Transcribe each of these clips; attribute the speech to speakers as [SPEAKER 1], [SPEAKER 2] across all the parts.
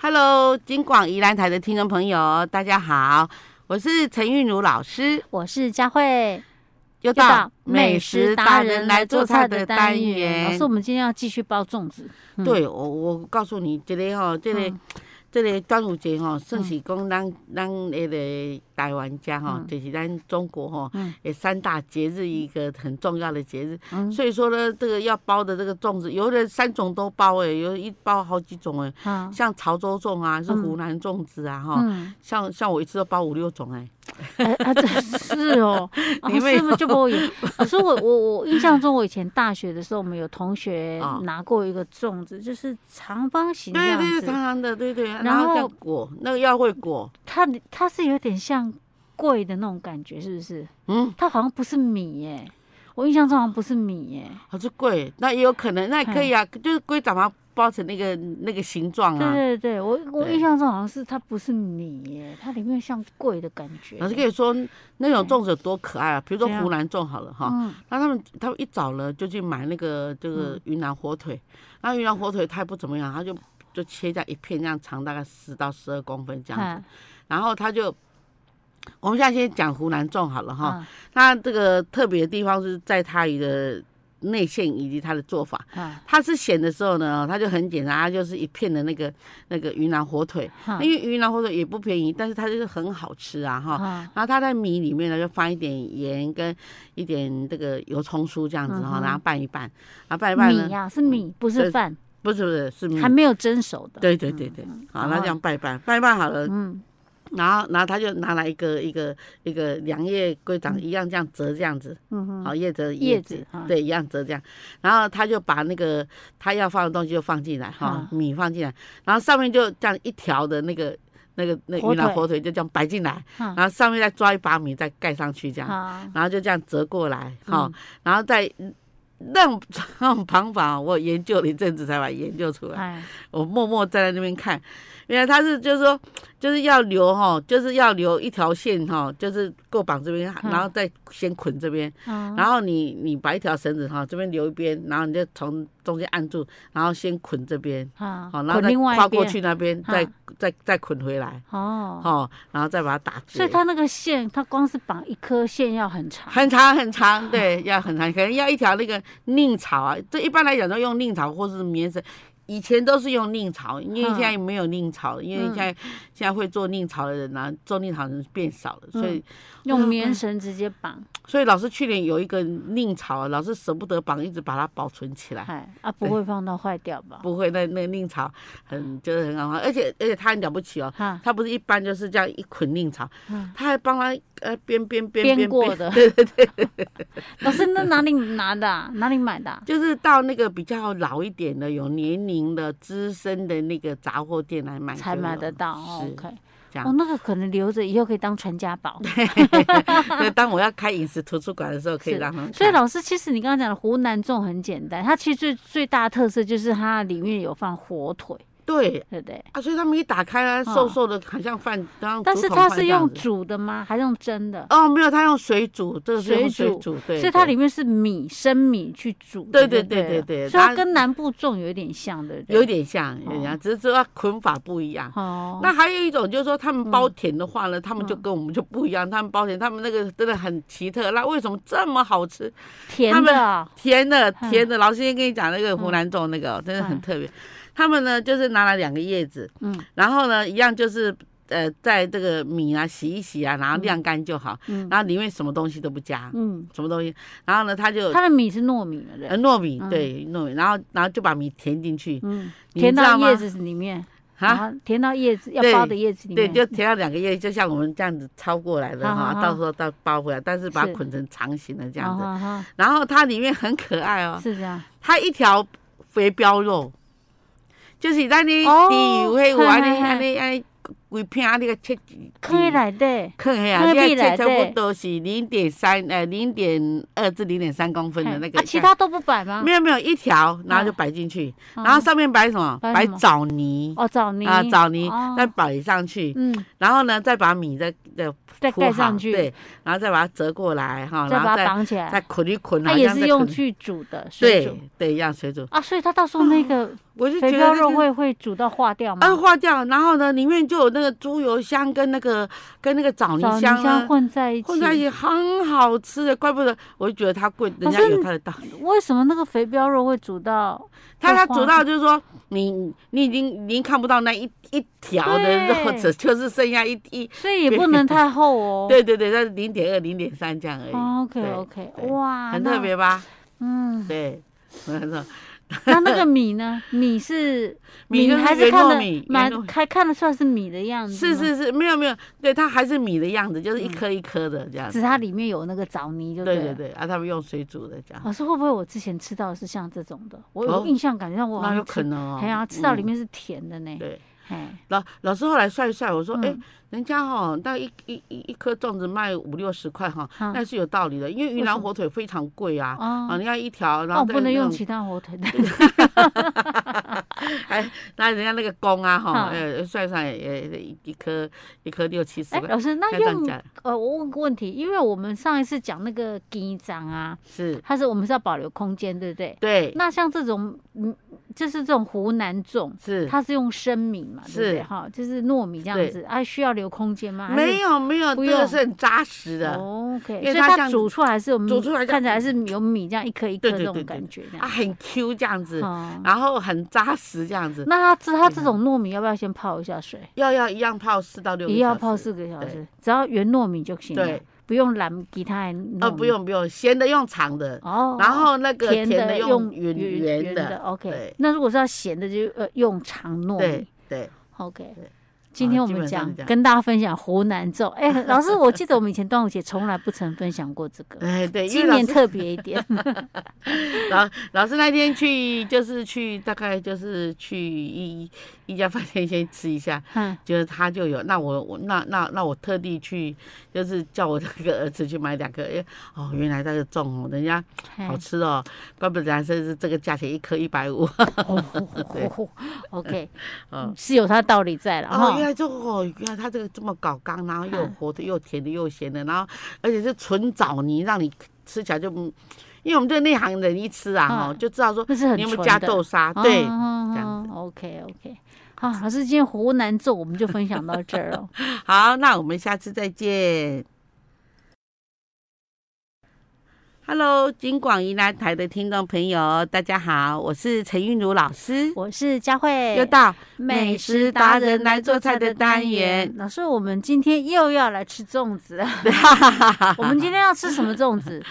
[SPEAKER 1] Hello，金广宜兰台的听众朋友，大家好，我是陈韵如老师，
[SPEAKER 2] 我是佳慧，
[SPEAKER 1] 又
[SPEAKER 2] 又
[SPEAKER 1] 到美食达人来做菜的单
[SPEAKER 2] 老
[SPEAKER 1] 元
[SPEAKER 2] 师，。我们今天要继续包粽子。嗯
[SPEAKER 1] 对，我我告诉你，这个吼，这个
[SPEAKER 2] 嗯
[SPEAKER 1] 这个端午节吼，算是讲咱咱那个台湾家吼，
[SPEAKER 2] 嗯
[SPEAKER 1] 就是咱中国吼
[SPEAKER 2] 嗯，
[SPEAKER 1] 也三大节日一个很重要的节日。
[SPEAKER 2] 嗯
[SPEAKER 1] 所以说呢，这个要包的这个粽子，有的三种都包诶，有的一包好几种诶，
[SPEAKER 2] 好，
[SPEAKER 1] 像潮州粽啊，是湖南粽子啊，哈。
[SPEAKER 2] 嗯，
[SPEAKER 1] 像像我一次都包五六种哎、
[SPEAKER 2] 哎啊，这 是哦，啊
[SPEAKER 1] 你们
[SPEAKER 2] 是吗？就不会。老师，我我我印象中，我以前大学的时候，我们有同学
[SPEAKER 1] 哦
[SPEAKER 2] 拿过一个粽子，就是长方形这
[SPEAKER 1] 对
[SPEAKER 2] 样
[SPEAKER 1] 对对，长
[SPEAKER 2] 子，
[SPEAKER 1] 长的，对对，然
[SPEAKER 2] 然
[SPEAKER 1] 后这样
[SPEAKER 2] 后
[SPEAKER 1] 裹，那个要会裹，
[SPEAKER 2] 它它是有点像贵的那种感觉，是不是？
[SPEAKER 1] 嗯，
[SPEAKER 2] 它好像不是米耶，我印象中好像不是米耶。
[SPEAKER 1] 好是哦贵，那也有可能，那也可以啊，就是龟长嘛，包成那个那个形状
[SPEAKER 2] 对
[SPEAKER 1] 啊。
[SPEAKER 2] 对对，我我
[SPEAKER 1] 对
[SPEAKER 2] 印象中好像是它不是米耶，它里面像贵的感觉。
[SPEAKER 1] 老师跟你说，那种粽子有多可爱啊！比如说
[SPEAKER 2] 怎样
[SPEAKER 1] 湖南粽好了哈，
[SPEAKER 2] 嗯
[SPEAKER 1] 那他们他们一早呢就去买那个这个云南火腿，那云南火腿它也不怎么样，他就就切这样一片，这样长大概十到十二公分这样子，
[SPEAKER 2] 嗯
[SPEAKER 1] 然后他就，我们现在先讲湖南粽好了哈，
[SPEAKER 2] 嗯
[SPEAKER 1] 那这个特别的地方是在它鱼的内馅以及它的做法。
[SPEAKER 2] 嗯
[SPEAKER 1] 它是咸的时候呢，它就很简单，它就是一片的那个那个云南火腿，因为云南火腿也不便宜，但是它就是很好吃啊哈。
[SPEAKER 2] 嗯
[SPEAKER 1] 然后它在米里面呢，就放一点盐跟一点这个油葱酥这样子哈，
[SPEAKER 2] 嗯哼
[SPEAKER 1] 然后拌一拌，然后拌一拌
[SPEAKER 2] 米啊
[SPEAKER 1] 呢，嗯
[SPEAKER 2] 呀、是米，不
[SPEAKER 1] 对
[SPEAKER 2] 是饭，
[SPEAKER 1] 不是不是是米
[SPEAKER 2] 还，没有蒸熟的。
[SPEAKER 1] 对对对对，好，
[SPEAKER 2] 然
[SPEAKER 1] 那
[SPEAKER 2] 后
[SPEAKER 1] 这样拌一拌，拌一拌好了，
[SPEAKER 2] 哦嗯，
[SPEAKER 1] 然后然后他就拿来一个一个一个两叶龟掌一样这样折这样子，
[SPEAKER 2] 嗯哼，
[SPEAKER 1] 好，叶子
[SPEAKER 2] 叶子啊
[SPEAKER 1] 对，一样折这样。然后他就把那个他要放的东西就放进来哈
[SPEAKER 2] 啊，
[SPEAKER 1] 米放进来，然后上面就这样一条的那个那个那
[SPEAKER 2] 火
[SPEAKER 1] 云南
[SPEAKER 2] 腿
[SPEAKER 1] 火腿就这样摆进来，
[SPEAKER 2] 啊
[SPEAKER 1] 然后上面再抓一把米再盖上去这样，
[SPEAKER 2] 好，
[SPEAKER 1] 然后就这样折过来哈
[SPEAKER 2] 嗯，
[SPEAKER 1] 然后再。那种那种方法，我研究了一阵子才把它研究出来。
[SPEAKER 2] 哎，
[SPEAKER 1] 我默默站在那边看，原来他是就是说，就是要留哈，就是要留一条线哈，就是够绑这边，
[SPEAKER 2] 嗯
[SPEAKER 1] 然后再先捆这边，
[SPEAKER 2] 嗯
[SPEAKER 1] 然后你你把一条绳子哈这边留一边，然后你就从中间按住，然后先捆这边，
[SPEAKER 2] 啊
[SPEAKER 1] 好，然后
[SPEAKER 2] 滚
[SPEAKER 1] 再
[SPEAKER 2] 另外一
[SPEAKER 1] 跨过
[SPEAKER 2] 边
[SPEAKER 1] 去那边，再
[SPEAKER 2] 嗯
[SPEAKER 1] 再再捆回来，
[SPEAKER 2] 哦，
[SPEAKER 1] 哦，然后再把它打结
[SPEAKER 2] 所以。它那个线，它光是绑一颗线要 很长，
[SPEAKER 1] 很长很长，对，要很长，可能要一条那个宁草啊。这一般来讲都用宁草或是棉绳，以前都是用宁草，因为
[SPEAKER 2] 嗯
[SPEAKER 1] 现在没有宁草，因为
[SPEAKER 2] 嗯
[SPEAKER 1] 现在、现在会做宁草的人啊，做宁草的人变少了，所以、
[SPEAKER 2] 嗯
[SPEAKER 1] 嗯
[SPEAKER 2] 用棉绳直接绑，
[SPEAKER 1] 所以老师去年有一个宁草啊，老师舍不得绑，一直把它保存起来。
[SPEAKER 2] 哎，啊，不会放到坏掉吧？
[SPEAKER 1] 不会，那那个宁草很就是很好看，而且而且它很了不起哦，
[SPEAKER 2] 哈，
[SPEAKER 1] 它不是一般就是这样一捆宁草，
[SPEAKER 2] 嗯
[SPEAKER 1] 它还帮它呃编编编
[SPEAKER 2] 编过的，对对对。老师，那哪里拿的啊？哪里买的啊？
[SPEAKER 1] 就是到那个比较老一点的、有年龄的、资深的那个杂货店来买就有，
[SPEAKER 2] 才买得到哦
[SPEAKER 1] 是
[SPEAKER 2] ，OK，
[SPEAKER 1] 这
[SPEAKER 2] 哦
[SPEAKER 1] 样，。
[SPEAKER 2] 那个可能留着以后可以当传家宝。
[SPEAKER 1] 所以当我要开饮食图书馆的时候，可以
[SPEAKER 2] 是
[SPEAKER 1] 让他们看。
[SPEAKER 2] 所以老师，其实你刚刚讲的湖南粽很简单，它其实最最大的特色就是它里面有放火腿，
[SPEAKER 1] 对
[SPEAKER 2] 对不对？
[SPEAKER 1] 啊，所以他们一打开啊，
[SPEAKER 2] 嗯
[SPEAKER 1] 瘦瘦的，好像饭，然后
[SPEAKER 2] 但是它
[SPEAKER 1] 它
[SPEAKER 2] 是用煮的吗？还是用蒸的？
[SPEAKER 1] 哦，没有，他用水煮，这个是用
[SPEAKER 2] 水
[SPEAKER 1] 水
[SPEAKER 2] 煮
[SPEAKER 1] 煮，对，
[SPEAKER 2] 所以它
[SPEAKER 1] 对
[SPEAKER 2] 里面是米生米去煮
[SPEAKER 1] 对
[SPEAKER 2] 的，
[SPEAKER 1] 对
[SPEAKER 2] 对
[SPEAKER 1] 对对
[SPEAKER 2] 了
[SPEAKER 1] 对
[SPEAKER 2] 所以
[SPEAKER 1] 它
[SPEAKER 2] 它跟南部粽有点像，对不对？
[SPEAKER 1] 有点像，有点像，只是说它捆法不一样。
[SPEAKER 2] 哦，嗯
[SPEAKER 1] 那还有一种就是说，他们包甜的话呢，他们就跟我们就不一样。他们包甜，他们那个真的很奇特。那为什么这么好吃？他
[SPEAKER 2] 甜
[SPEAKER 1] 们
[SPEAKER 2] 的啊，
[SPEAKER 1] 甜的
[SPEAKER 2] 嗯
[SPEAKER 1] 甜的，老师先跟你讲那个湖南粽那个哦、真的很特别。他们呢就是拿了两个叶子，
[SPEAKER 2] 嗯
[SPEAKER 1] 然后呢一样就是呃在这个米啊洗一洗啊，然后晾干就好，
[SPEAKER 2] 嗯
[SPEAKER 1] 然后里面什么东西都不加，
[SPEAKER 2] 嗯，
[SPEAKER 1] 什么东西，然后呢他就
[SPEAKER 2] 它的米是糯米了，对不
[SPEAKER 1] 呃
[SPEAKER 2] 对，
[SPEAKER 1] 糯米
[SPEAKER 2] 嗯
[SPEAKER 1] 对糯米，然后然后就把米填进去
[SPEAKER 2] 嗯，
[SPEAKER 1] 你
[SPEAKER 2] 甜
[SPEAKER 1] 知道
[SPEAKER 2] 到
[SPEAKER 1] 吗
[SPEAKER 2] 叶子里面，然
[SPEAKER 1] 啊。
[SPEAKER 2] 后甜到叶子要
[SPEAKER 1] 对
[SPEAKER 2] 包的叶子里
[SPEAKER 1] 对，
[SPEAKER 2] 面，
[SPEAKER 1] 就填到两个叶，就像我们这样子抄过来的
[SPEAKER 2] 好
[SPEAKER 1] 哈，
[SPEAKER 2] 好
[SPEAKER 1] 到时候到包回来，但是把它
[SPEAKER 2] 是
[SPEAKER 1] 捆成长形的这样子。
[SPEAKER 2] 啊哈
[SPEAKER 1] 然后它里面很可爱哦
[SPEAKER 2] 哈，是这样，
[SPEAKER 1] 它一条肥膘肉，就是咱呢
[SPEAKER 2] 哦
[SPEAKER 1] 地有迄有安尼
[SPEAKER 2] 嘿嘿嘿
[SPEAKER 1] 安尼安尼规片啊，你个切几
[SPEAKER 2] 可以，来的，
[SPEAKER 1] 放起啊，
[SPEAKER 2] 放
[SPEAKER 1] 你要
[SPEAKER 2] 在屁
[SPEAKER 1] 切
[SPEAKER 2] 内
[SPEAKER 1] 差不
[SPEAKER 2] 底
[SPEAKER 1] 多是零点三呃零点二至零点三公分的
[SPEAKER 2] 嘿
[SPEAKER 1] 那个像。
[SPEAKER 2] 啊，其他都不摆吗？
[SPEAKER 1] 没有没有一条，然后就
[SPEAKER 2] 嗯
[SPEAKER 1] 摆进去，
[SPEAKER 2] 嗯
[SPEAKER 1] 然后上面摆什么？
[SPEAKER 2] 摆
[SPEAKER 1] 摆
[SPEAKER 2] 什么
[SPEAKER 1] 枣泥
[SPEAKER 2] 哦，枣泥
[SPEAKER 1] 啊，枣泥
[SPEAKER 2] 哦
[SPEAKER 1] 再摆上去，
[SPEAKER 2] 嗯
[SPEAKER 1] 然后呢再把米再再
[SPEAKER 2] 再
[SPEAKER 1] 铺
[SPEAKER 2] 盖
[SPEAKER 1] 好
[SPEAKER 2] 上去，
[SPEAKER 1] 对，然后再把它折过来哈，
[SPEAKER 2] 再
[SPEAKER 1] 然
[SPEAKER 2] 把
[SPEAKER 1] 后
[SPEAKER 2] 它
[SPEAKER 1] 再
[SPEAKER 2] 绑起
[SPEAKER 1] 再
[SPEAKER 2] 来。
[SPEAKER 1] 捆一捆，
[SPEAKER 2] 它
[SPEAKER 1] 好
[SPEAKER 2] 也
[SPEAKER 1] 像
[SPEAKER 2] 是
[SPEAKER 1] 在
[SPEAKER 2] 用
[SPEAKER 1] 捆
[SPEAKER 2] 去煮的水
[SPEAKER 1] 对
[SPEAKER 2] 煮
[SPEAKER 1] 对一样水煮，
[SPEAKER 2] 啊，所以它到时候那个
[SPEAKER 1] 我就觉
[SPEAKER 2] 肥
[SPEAKER 1] 得这
[SPEAKER 2] 膘肉
[SPEAKER 1] 个
[SPEAKER 2] 会会煮到化掉吗？
[SPEAKER 1] 啊化掉，然后呢里面就有那个猪油香跟那个跟那个枣泥
[SPEAKER 2] 枣泥
[SPEAKER 1] 香
[SPEAKER 2] 香
[SPEAKER 1] 啊。
[SPEAKER 2] 混在一起，
[SPEAKER 1] 混在一起很好吃的，怪不得我就觉得它贵，人
[SPEAKER 2] 可
[SPEAKER 1] 家
[SPEAKER 2] 是
[SPEAKER 1] 有它的道理。
[SPEAKER 2] 为什么那个肥膘肉会 煮到？
[SPEAKER 1] 它它
[SPEAKER 2] 花
[SPEAKER 1] 煮到就是说，你你已经已经看不到那一一条的肉
[SPEAKER 2] 哦对
[SPEAKER 1] 只就是剩下一一，
[SPEAKER 2] 所以也不能太厚哦。
[SPEAKER 1] 对对对，那零点二、零点三这样而已。
[SPEAKER 2] 哦
[SPEAKER 1] 对
[SPEAKER 2] ，OK OK，
[SPEAKER 1] 对
[SPEAKER 2] 哇，
[SPEAKER 1] 很
[SPEAKER 2] 那
[SPEAKER 1] 特。别吧？
[SPEAKER 2] 嗯，
[SPEAKER 1] 对，很特
[SPEAKER 2] 那那个米呢？米是
[SPEAKER 1] 米就是
[SPEAKER 2] 还
[SPEAKER 1] 圆
[SPEAKER 2] 是看
[SPEAKER 1] 糯
[SPEAKER 2] 得
[SPEAKER 1] 米
[SPEAKER 2] 蛮
[SPEAKER 1] 圆糯米
[SPEAKER 2] 还看得出来是米的样子，
[SPEAKER 1] 是，是是，没有没有，对，它还是米的样子，就是一颗一颗的这样
[SPEAKER 2] 只
[SPEAKER 1] 子。
[SPEAKER 2] 嗯是它里面有那个枣泥就
[SPEAKER 1] 对
[SPEAKER 2] 了
[SPEAKER 1] 对。对，啊，他们用水煮的这样，
[SPEAKER 2] 老师会不会我之前吃到的是像这种的？我有
[SPEAKER 1] 哦
[SPEAKER 2] 印象感觉让我
[SPEAKER 1] 那
[SPEAKER 2] 好像
[SPEAKER 1] 有
[SPEAKER 2] 吃
[SPEAKER 1] 可能哦。
[SPEAKER 2] 哎呀，吃到里
[SPEAKER 1] 嗯
[SPEAKER 2] 面是甜的呢。
[SPEAKER 1] 对。
[SPEAKER 2] 哎，
[SPEAKER 1] 老老师后来算一算，我说，哎
[SPEAKER 2] 嗯，
[SPEAKER 1] 人家哈，那一一一一颗粽子卖五六十块哈，
[SPEAKER 2] 嗯
[SPEAKER 1] 那是有道理的，因为
[SPEAKER 2] 为
[SPEAKER 1] 云
[SPEAKER 2] 什
[SPEAKER 1] 南
[SPEAKER 2] 么
[SPEAKER 1] 火腿非常贵啊，啊，
[SPEAKER 2] 哦，
[SPEAKER 1] 你看一条，然
[SPEAKER 2] 哦，
[SPEAKER 1] 后
[SPEAKER 2] 不
[SPEAKER 1] 再
[SPEAKER 2] 能
[SPEAKER 1] 那
[SPEAKER 2] 用
[SPEAKER 1] 种
[SPEAKER 2] 其他火腿的。
[SPEAKER 1] 哎，那人家那个公啊哈，
[SPEAKER 2] 嗯
[SPEAKER 1] 呃，算一算也也一一颗一颗六七十
[SPEAKER 2] 哎，
[SPEAKER 1] 块，
[SPEAKER 2] 老师，那
[SPEAKER 1] 该这样
[SPEAKER 2] 用
[SPEAKER 1] 讲
[SPEAKER 2] 呃，我问个问题，因为我们上一次讲那个鸡掌啊，
[SPEAKER 1] 是，
[SPEAKER 2] 它是我们是要保留空间，对不对？
[SPEAKER 1] 对，
[SPEAKER 2] 那像这种，嗯，就是这种湖南粽，
[SPEAKER 1] 是。
[SPEAKER 2] 它是用生米嘛，对不对？
[SPEAKER 1] 是
[SPEAKER 2] 哈，就是糯米这样
[SPEAKER 1] 对
[SPEAKER 2] 子，啊，需要留空间吗？还是
[SPEAKER 1] 没有没有，
[SPEAKER 2] 不
[SPEAKER 1] 这个
[SPEAKER 2] 用
[SPEAKER 1] 是很扎实的。
[SPEAKER 2] 哦，OK，
[SPEAKER 1] 因为
[SPEAKER 2] 所以
[SPEAKER 1] 它
[SPEAKER 2] 它
[SPEAKER 1] 像
[SPEAKER 2] 煮出来是有米
[SPEAKER 1] 煮出来这样
[SPEAKER 2] 看起来是有米这样一颗一颗
[SPEAKER 1] 对
[SPEAKER 2] 这
[SPEAKER 1] 对
[SPEAKER 2] 种
[SPEAKER 1] 对对
[SPEAKER 2] 感
[SPEAKER 1] 对
[SPEAKER 2] 觉，这
[SPEAKER 1] 啊，
[SPEAKER 2] 样。
[SPEAKER 1] 很 Q 这样子，
[SPEAKER 2] 哦，
[SPEAKER 1] 然后很扎实这样子。
[SPEAKER 2] 那它这它这
[SPEAKER 1] 对啊
[SPEAKER 2] 种糯米要不要先泡一下水？
[SPEAKER 1] 要要一样泡四到六个
[SPEAKER 2] 也
[SPEAKER 1] 小时，
[SPEAKER 2] 要泡四个小时，只要原糯米就行了
[SPEAKER 1] 对，
[SPEAKER 2] 不用蓝吉他还糯
[SPEAKER 1] 呃，
[SPEAKER 2] 米
[SPEAKER 1] 不用不用，咸的用长的，
[SPEAKER 2] 嗯哦。
[SPEAKER 1] 然后那个
[SPEAKER 2] 甜
[SPEAKER 1] 甜的
[SPEAKER 2] 用
[SPEAKER 1] 圆
[SPEAKER 2] 圆
[SPEAKER 1] 圆
[SPEAKER 2] 的
[SPEAKER 1] 的。
[SPEAKER 2] ，OK
[SPEAKER 1] 对。
[SPEAKER 2] 那如果是要咸的，就呃用长糯
[SPEAKER 1] 对
[SPEAKER 2] 米
[SPEAKER 1] 对，
[SPEAKER 2] ，OK
[SPEAKER 1] 对。
[SPEAKER 2] 今天
[SPEAKER 1] 好
[SPEAKER 2] 我
[SPEAKER 1] 基
[SPEAKER 2] 们
[SPEAKER 1] 本上
[SPEAKER 2] 讲
[SPEAKER 1] 是这样
[SPEAKER 2] 跟大家分享湖南粽，哎， 老师，我记得我们以前端午节从来不曾分享过这个，
[SPEAKER 1] 哎对，因
[SPEAKER 2] 今
[SPEAKER 1] 为老
[SPEAKER 2] 年
[SPEAKER 1] 师
[SPEAKER 2] 特别一 点。
[SPEAKER 1] 老老师那天去就是去大概就是去一一家饭店先吃一下，
[SPEAKER 2] 嗯
[SPEAKER 1] 就是他就有，那我我那那那我特地去就是叫我那个儿子去买两个，哎哦原来那个粽哦，人家
[SPEAKER 2] 哎
[SPEAKER 1] 好吃哦，怪不得人家是这个价钱一颗一百五，
[SPEAKER 2] 哦 OK，
[SPEAKER 1] 嗯
[SPEAKER 2] 是有它道理在了
[SPEAKER 1] 哦，原
[SPEAKER 2] 哈。
[SPEAKER 1] 来这哦，原来它这个这么搞刚，然后又有活的，又甜的，又咸的，然后而且是纯枣泥，让你吃起来就，嗯因为我们这个内行人一吃啊，哦，
[SPEAKER 2] 嗯
[SPEAKER 1] 就知道说
[SPEAKER 2] 那是很
[SPEAKER 1] 你有没有
[SPEAKER 2] 纯
[SPEAKER 1] 加
[SPEAKER 2] 的
[SPEAKER 1] 豆沙，啊
[SPEAKER 2] 哦
[SPEAKER 1] 对，这样
[SPEAKER 2] OK OK，好，老师，今天湖南粽我们就分享到这儿 了。
[SPEAKER 1] 好，那我们下次再见。Hello，金广宜兰台的听众朋友，大家好，我是陈韵如老师，
[SPEAKER 2] 我是佳慧，
[SPEAKER 1] 又到
[SPEAKER 2] 美
[SPEAKER 1] 美
[SPEAKER 2] 食
[SPEAKER 1] 食
[SPEAKER 2] 达
[SPEAKER 1] 达
[SPEAKER 2] 人
[SPEAKER 1] 人
[SPEAKER 2] 来
[SPEAKER 1] 来
[SPEAKER 2] 做
[SPEAKER 1] 做
[SPEAKER 2] 菜
[SPEAKER 1] 菜
[SPEAKER 2] 的
[SPEAKER 1] 的
[SPEAKER 2] 单
[SPEAKER 1] 单
[SPEAKER 2] 元
[SPEAKER 1] 元。
[SPEAKER 2] 老师，我们今天又要来吃 粽子了。我们今天要吃什么粽子？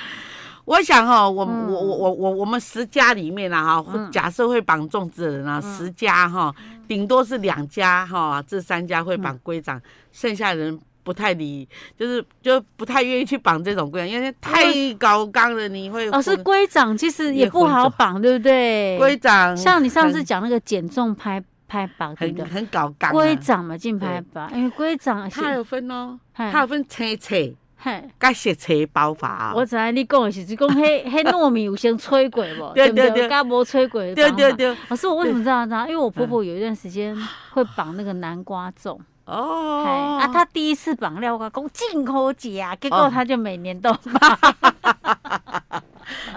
[SPEAKER 1] 我想哦，我、
[SPEAKER 2] 嗯
[SPEAKER 1] 我我我我我们十家里面啊哈，
[SPEAKER 2] 嗯
[SPEAKER 1] 假设会绑粽子的人啊，
[SPEAKER 2] 嗯
[SPEAKER 1] 十家哈，顶多是两家哈，这三家
[SPEAKER 2] 嗯
[SPEAKER 1] 会绑龟掌，剩下的人不太理，就是就不太愿意去绑这种龟掌，啊因为太高纲了，你会
[SPEAKER 2] 老师，
[SPEAKER 1] 混
[SPEAKER 2] 龟掌其实也不好绑，对不对？
[SPEAKER 1] 龟掌
[SPEAKER 2] 像你上次
[SPEAKER 1] 很
[SPEAKER 2] 讲那个减重拍拍绑，对不
[SPEAKER 1] 很
[SPEAKER 2] 对？
[SPEAKER 1] 很搞纲、啊，
[SPEAKER 2] 龟掌嘛，进拍绑，因为龟掌是嗯
[SPEAKER 1] 它有分哦，
[SPEAKER 2] 嘿
[SPEAKER 1] 它有分青菜
[SPEAKER 2] 嘿
[SPEAKER 1] 跟熟菜包法、
[SPEAKER 2] 我
[SPEAKER 1] 哦，
[SPEAKER 2] 知影你讲的是，就讲 迄迄糯米有先吹过无，
[SPEAKER 1] 对
[SPEAKER 2] 不
[SPEAKER 1] 对
[SPEAKER 2] 对？
[SPEAKER 1] 对
[SPEAKER 2] 甲无吹过的
[SPEAKER 1] 对
[SPEAKER 2] 绑
[SPEAKER 1] 对
[SPEAKER 2] 法。
[SPEAKER 1] 对，嗯
[SPEAKER 2] 老师，我为什么知道呢？因为我婆婆有一段时间会绑那个南瓜粽，哎，
[SPEAKER 1] 哦，
[SPEAKER 2] 啊，她第一次绑料瓜讲进口姐啊，结果
[SPEAKER 1] 哦
[SPEAKER 2] 她就每年都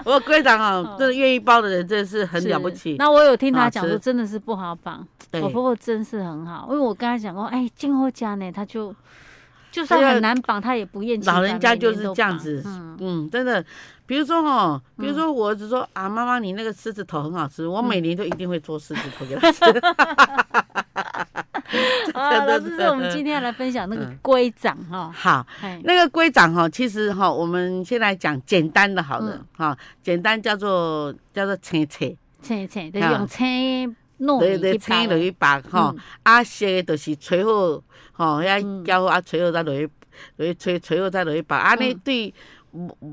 [SPEAKER 1] 我龟掌哦，真的愿意包的人真的是很了不
[SPEAKER 2] 嗯是
[SPEAKER 1] 起，
[SPEAKER 2] 那我有听她
[SPEAKER 1] 好
[SPEAKER 2] 讲说，
[SPEAKER 1] 吃
[SPEAKER 2] 真的是不好绑。
[SPEAKER 1] 对
[SPEAKER 2] 我婆婆真是很好，因为我跟她讲过，哎，进口家呢，她就就
[SPEAKER 1] 对
[SPEAKER 2] 算
[SPEAKER 1] 啊
[SPEAKER 2] 很难绑，她也不厌其烦。
[SPEAKER 1] 老人家就
[SPEAKER 2] 每
[SPEAKER 1] 是
[SPEAKER 2] 年都
[SPEAKER 1] 这样
[SPEAKER 2] 绑
[SPEAKER 1] 子
[SPEAKER 2] 嗯，
[SPEAKER 1] 嗯，真的，比如说哦，比如说我儿子说、啊，妈妈你那个狮子头很好吃，我
[SPEAKER 2] 嗯
[SPEAKER 1] 每年都一定会做狮子头给他 吃。
[SPEAKER 2] 啊，
[SPEAKER 1] 真的
[SPEAKER 2] 老师，这是 我们今天要来分享那个
[SPEAKER 1] 嗯
[SPEAKER 2] 龟掌哈，
[SPEAKER 1] 好，
[SPEAKER 2] 哎，
[SPEAKER 1] 那个龟掌哈，其实哈，我们先来讲简单的，好
[SPEAKER 2] 嗯
[SPEAKER 1] 了哈、简单叫做叫做青菜，
[SPEAKER 2] 青青，就是
[SPEAKER 1] 啊
[SPEAKER 2] 用青糯
[SPEAKER 1] 对
[SPEAKER 2] 米
[SPEAKER 1] 对，
[SPEAKER 2] 去包
[SPEAKER 1] 青落去白哈
[SPEAKER 2] 嗯，
[SPEAKER 1] 啊，熟的就是炊好，吼，
[SPEAKER 2] 嗯
[SPEAKER 1] 遐搅好啊，炊好再落去，落去炊，炊好再落去包，安尼
[SPEAKER 2] 嗯
[SPEAKER 1] 对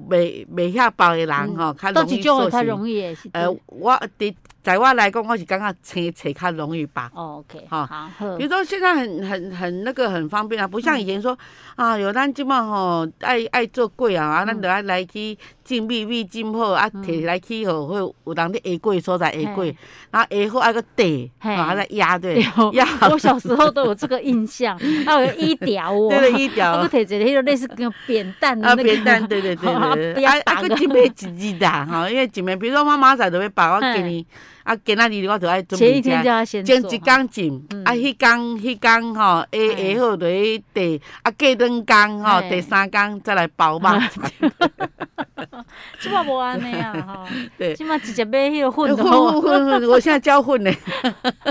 [SPEAKER 1] 袂袂晓包的人
[SPEAKER 2] 嗯
[SPEAKER 1] 吼，较
[SPEAKER 2] 倒
[SPEAKER 1] 容
[SPEAKER 2] 一
[SPEAKER 1] 易
[SPEAKER 2] 种
[SPEAKER 1] 受
[SPEAKER 2] 的较
[SPEAKER 1] 刑。
[SPEAKER 2] 容易的是对，
[SPEAKER 1] 呃呃，我伫在我来讲，我是感觉青菜较容易拔。
[SPEAKER 2] ，OK，
[SPEAKER 1] 好
[SPEAKER 2] 好，好
[SPEAKER 1] 比如说现在很很很那个很方便啊，不
[SPEAKER 2] 嗯
[SPEAKER 1] 像以前说、啊，有咱即满吼爱爱做粿啊，啊，咱
[SPEAKER 2] 嗯
[SPEAKER 1] 就爱来去进米米进货啊，摕来去吼，会有人咧下粿所在下粿
[SPEAKER 2] 嘿，
[SPEAKER 1] 然后下好爱个底，
[SPEAKER 2] 嘿
[SPEAKER 1] 啊，再压对
[SPEAKER 2] 对 哦，
[SPEAKER 1] 压
[SPEAKER 2] 我小时候都有这个 印象，还有一条哦，
[SPEAKER 1] 对了一
[SPEAKER 2] 我
[SPEAKER 1] 条。
[SPEAKER 2] 摕一个迄个类似跟扁担的
[SPEAKER 1] 啊，
[SPEAKER 2] 那个，
[SPEAKER 1] 扁担，对对对对
[SPEAKER 2] 不
[SPEAKER 1] 对，
[SPEAKER 2] 要
[SPEAKER 1] 啊啊，
[SPEAKER 2] 打
[SPEAKER 1] 个
[SPEAKER 2] 个
[SPEAKER 1] 一枚一日啦，吼，因为一枚，比如说我明仔就要包，我今年啊，今仔日我就爱准
[SPEAKER 2] 前
[SPEAKER 1] 备
[SPEAKER 2] 一天就要先做
[SPEAKER 1] 前一工浸，
[SPEAKER 2] 嗯
[SPEAKER 1] 啊，迄工迄工吼，下下好落去第，啊，过两工吼，
[SPEAKER 2] 嘿
[SPEAKER 1] 第三工再来包 肉。
[SPEAKER 2] 即马无安尼 啊，
[SPEAKER 1] 对
[SPEAKER 2] 吼，即马直接买迄个
[SPEAKER 1] 混
[SPEAKER 2] 混的
[SPEAKER 1] 混
[SPEAKER 2] 哦，
[SPEAKER 1] 混混，我现在教混呢。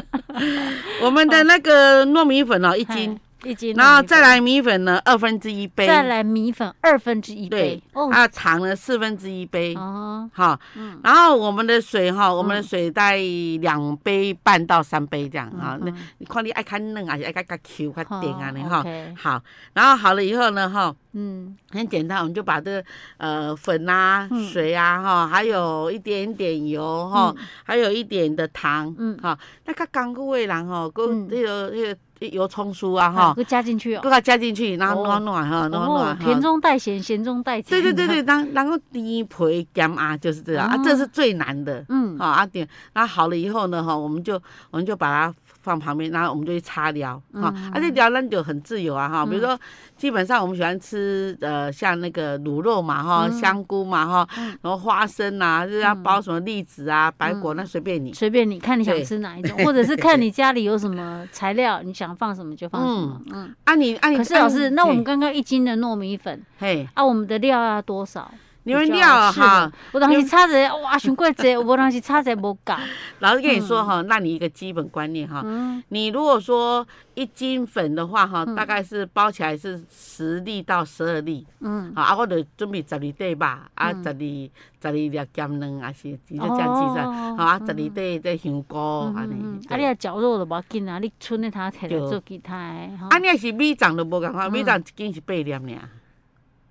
[SPEAKER 1] 我们的那个糯米粉 哦，一斤，
[SPEAKER 2] 嘿一斤，
[SPEAKER 1] 然后再来米粉呢，二分之一杯，
[SPEAKER 2] 再来米粉二分之一
[SPEAKER 1] 对
[SPEAKER 2] 杯，，哦，
[SPEAKER 1] 啊，糖呢四分之一杯，
[SPEAKER 2] 哦，
[SPEAKER 1] 好，
[SPEAKER 2] 嗯，
[SPEAKER 1] 然后我们的水哈，我们的水大概两杯半到三杯这样
[SPEAKER 2] 嗯
[SPEAKER 1] 哈。那你看你爱较嫩还是爱较较 Q 较甜啊？你哈
[SPEAKER 2] 哦，OK
[SPEAKER 1] 好，然后好了以后呢哈，
[SPEAKER 2] 嗯，
[SPEAKER 1] 很简单，我们就把这个呃粉啊、
[SPEAKER 2] 嗯
[SPEAKER 1] 水啊哈，还有一点点油哈，还有一点的糖，
[SPEAKER 2] 嗯
[SPEAKER 1] 哈，那较干固的人吼，佮
[SPEAKER 2] 嗯
[SPEAKER 1] 那个那个油葱酥啊
[SPEAKER 2] 好，
[SPEAKER 1] 哈，
[SPEAKER 2] 给加进去
[SPEAKER 1] 佮
[SPEAKER 2] 哦，
[SPEAKER 1] 它加进去，然后
[SPEAKER 2] 哦
[SPEAKER 1] 暖暖啊哈，暖
[SPEAKER 2] 哦
[SPEAKER 1] 暖，哈
[SPEAKER 2] 甜。中带咸，咸中带甜，
[SPEAKER 1] 对对对对，，然后然后低培咸啊，就是这样啊，
[SPEAKER 2] 哦
[SPEAKER 1] 这是最难的。
[SPEAKER 2] 嗯，
[SPEAKER 1] 好、啊点，那好了以后呢，哈、我们就我们就把它放旁边，然后我们就去擦疗哈，
[SPEAKER 2] 嗯
[SPEAKER 1] 啊而且疗咱就很自由啊哈，比如说基本上我们喜欢吃呃像那个卤肉嘛哈，
[SPEAKER 2] 嗯
[SPEAKER 1] 香菇嘛哈，然后花生啊，就是要包什么栗子啊、白果，
[SPEAKER 2] 嗯
[SPEAKER 1] 那随便你。
[SPEAKER 2] 随便你看你想
[SPEAKER 1] 对
[SPEAKER 2] 吃哪一种，或者是 看你家里有什么材料，你想放什么就放什么。嗯，
[SPEAKER 1] 啊你啊你，
[SPEAKER 2] 可是
[SPEAKER 1] 啊
[SPEAKER 2] 老
[SPEAKER 1] 你
[SPEAKER 2] 师，那我们
[SPEAKER 1] 嘿
[SPEAKER 2] 刚刚一斤的糯米粉
[SPEAKER 1] 嘿，
[SPEAKER 2] 啊，我们的料要多少？
[SPEAKER 1] 你们
[SPEAKER 2] 比较
[SPEAKER 1] 料啊
[SPEAKER 2] 适合
[SPEAKER 1] 哈，，
[SPEAKER 2] 我当时差者哇，想过 者，我当时差者无搞。
[SPEAKER 1] 老师跟你说哈，那你一个基本观念哈。
[SPEAKER 2] 嗯，
[SPEAKER 1] 你如果说一斤粉的话，哈，大概是包起来是十粒到十二粒，
[SPEAKER 2] 嗯，
[SPEAKER 1] 好啊，我就准备十二块吧，啊，十二十二粒咸卵，啊是，你就这样计算，
[SPEAKER 2] 哦
[SPEAKER 1] 好啊，十二块再香菇
[SPEAKER 2] 嗯
[SPEAKER 1] 安
[SPEAKER 2] 嗯
[SPEAKER 1] 尼
[SPEAKER 2] 嗯。啊，你
[SPEAKER 1] 哦对
[SPEAKER 2] 啊绞肉就无要紧啊，你剩的它摕来
[SPEAKER 1] 对
[SPEAKER 2] 做其他的。吼
[SPEAKER 1] 啊，你若是米粽就无共款，
[SPEAKER 2] 嗯
[SPEAKER 1] 米粽一斤是八粒尔。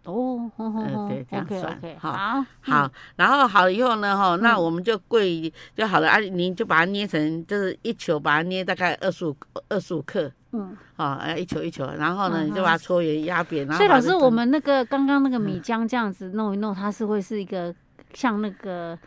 [SPEAKER 2] 哦，好好
[SPEAKER 1] 嗯
[SPEAKER 2] 好
[SPEAKER 1] 对这样
[SPEAKER 2] ，OK
[SPEAKER 1] 算
[SPEAKER 2] OK，
[SPEAKER 1] 好
[SPEAKER 2] 好，嗯，
[SPEAKER 1] 好，然后好了以后呢，哈，那
[SPEAKER 2] 嗯
[SPEAKER 1] 我们就跪就好了啊，您就把它捏成就是一球，把它捏大概二十五二十五克，
[SPEAKER 2] 嗯。
[SPEAKER 1] 啊，哎一球一球，然后呢
[SPEAKER 2] 嗯
[SPEAKER 1] 你就把它搓圆压扁，然后
[SPEAKER 2] 所以
[SPEAKER 1] 把嗯
[SPEAKER 2] 老
[SPEAKER 1] 它
[SPEAKER 2] 师，我们那个刚刚那个米浆这样子弄一弄，它是会是一个像那个，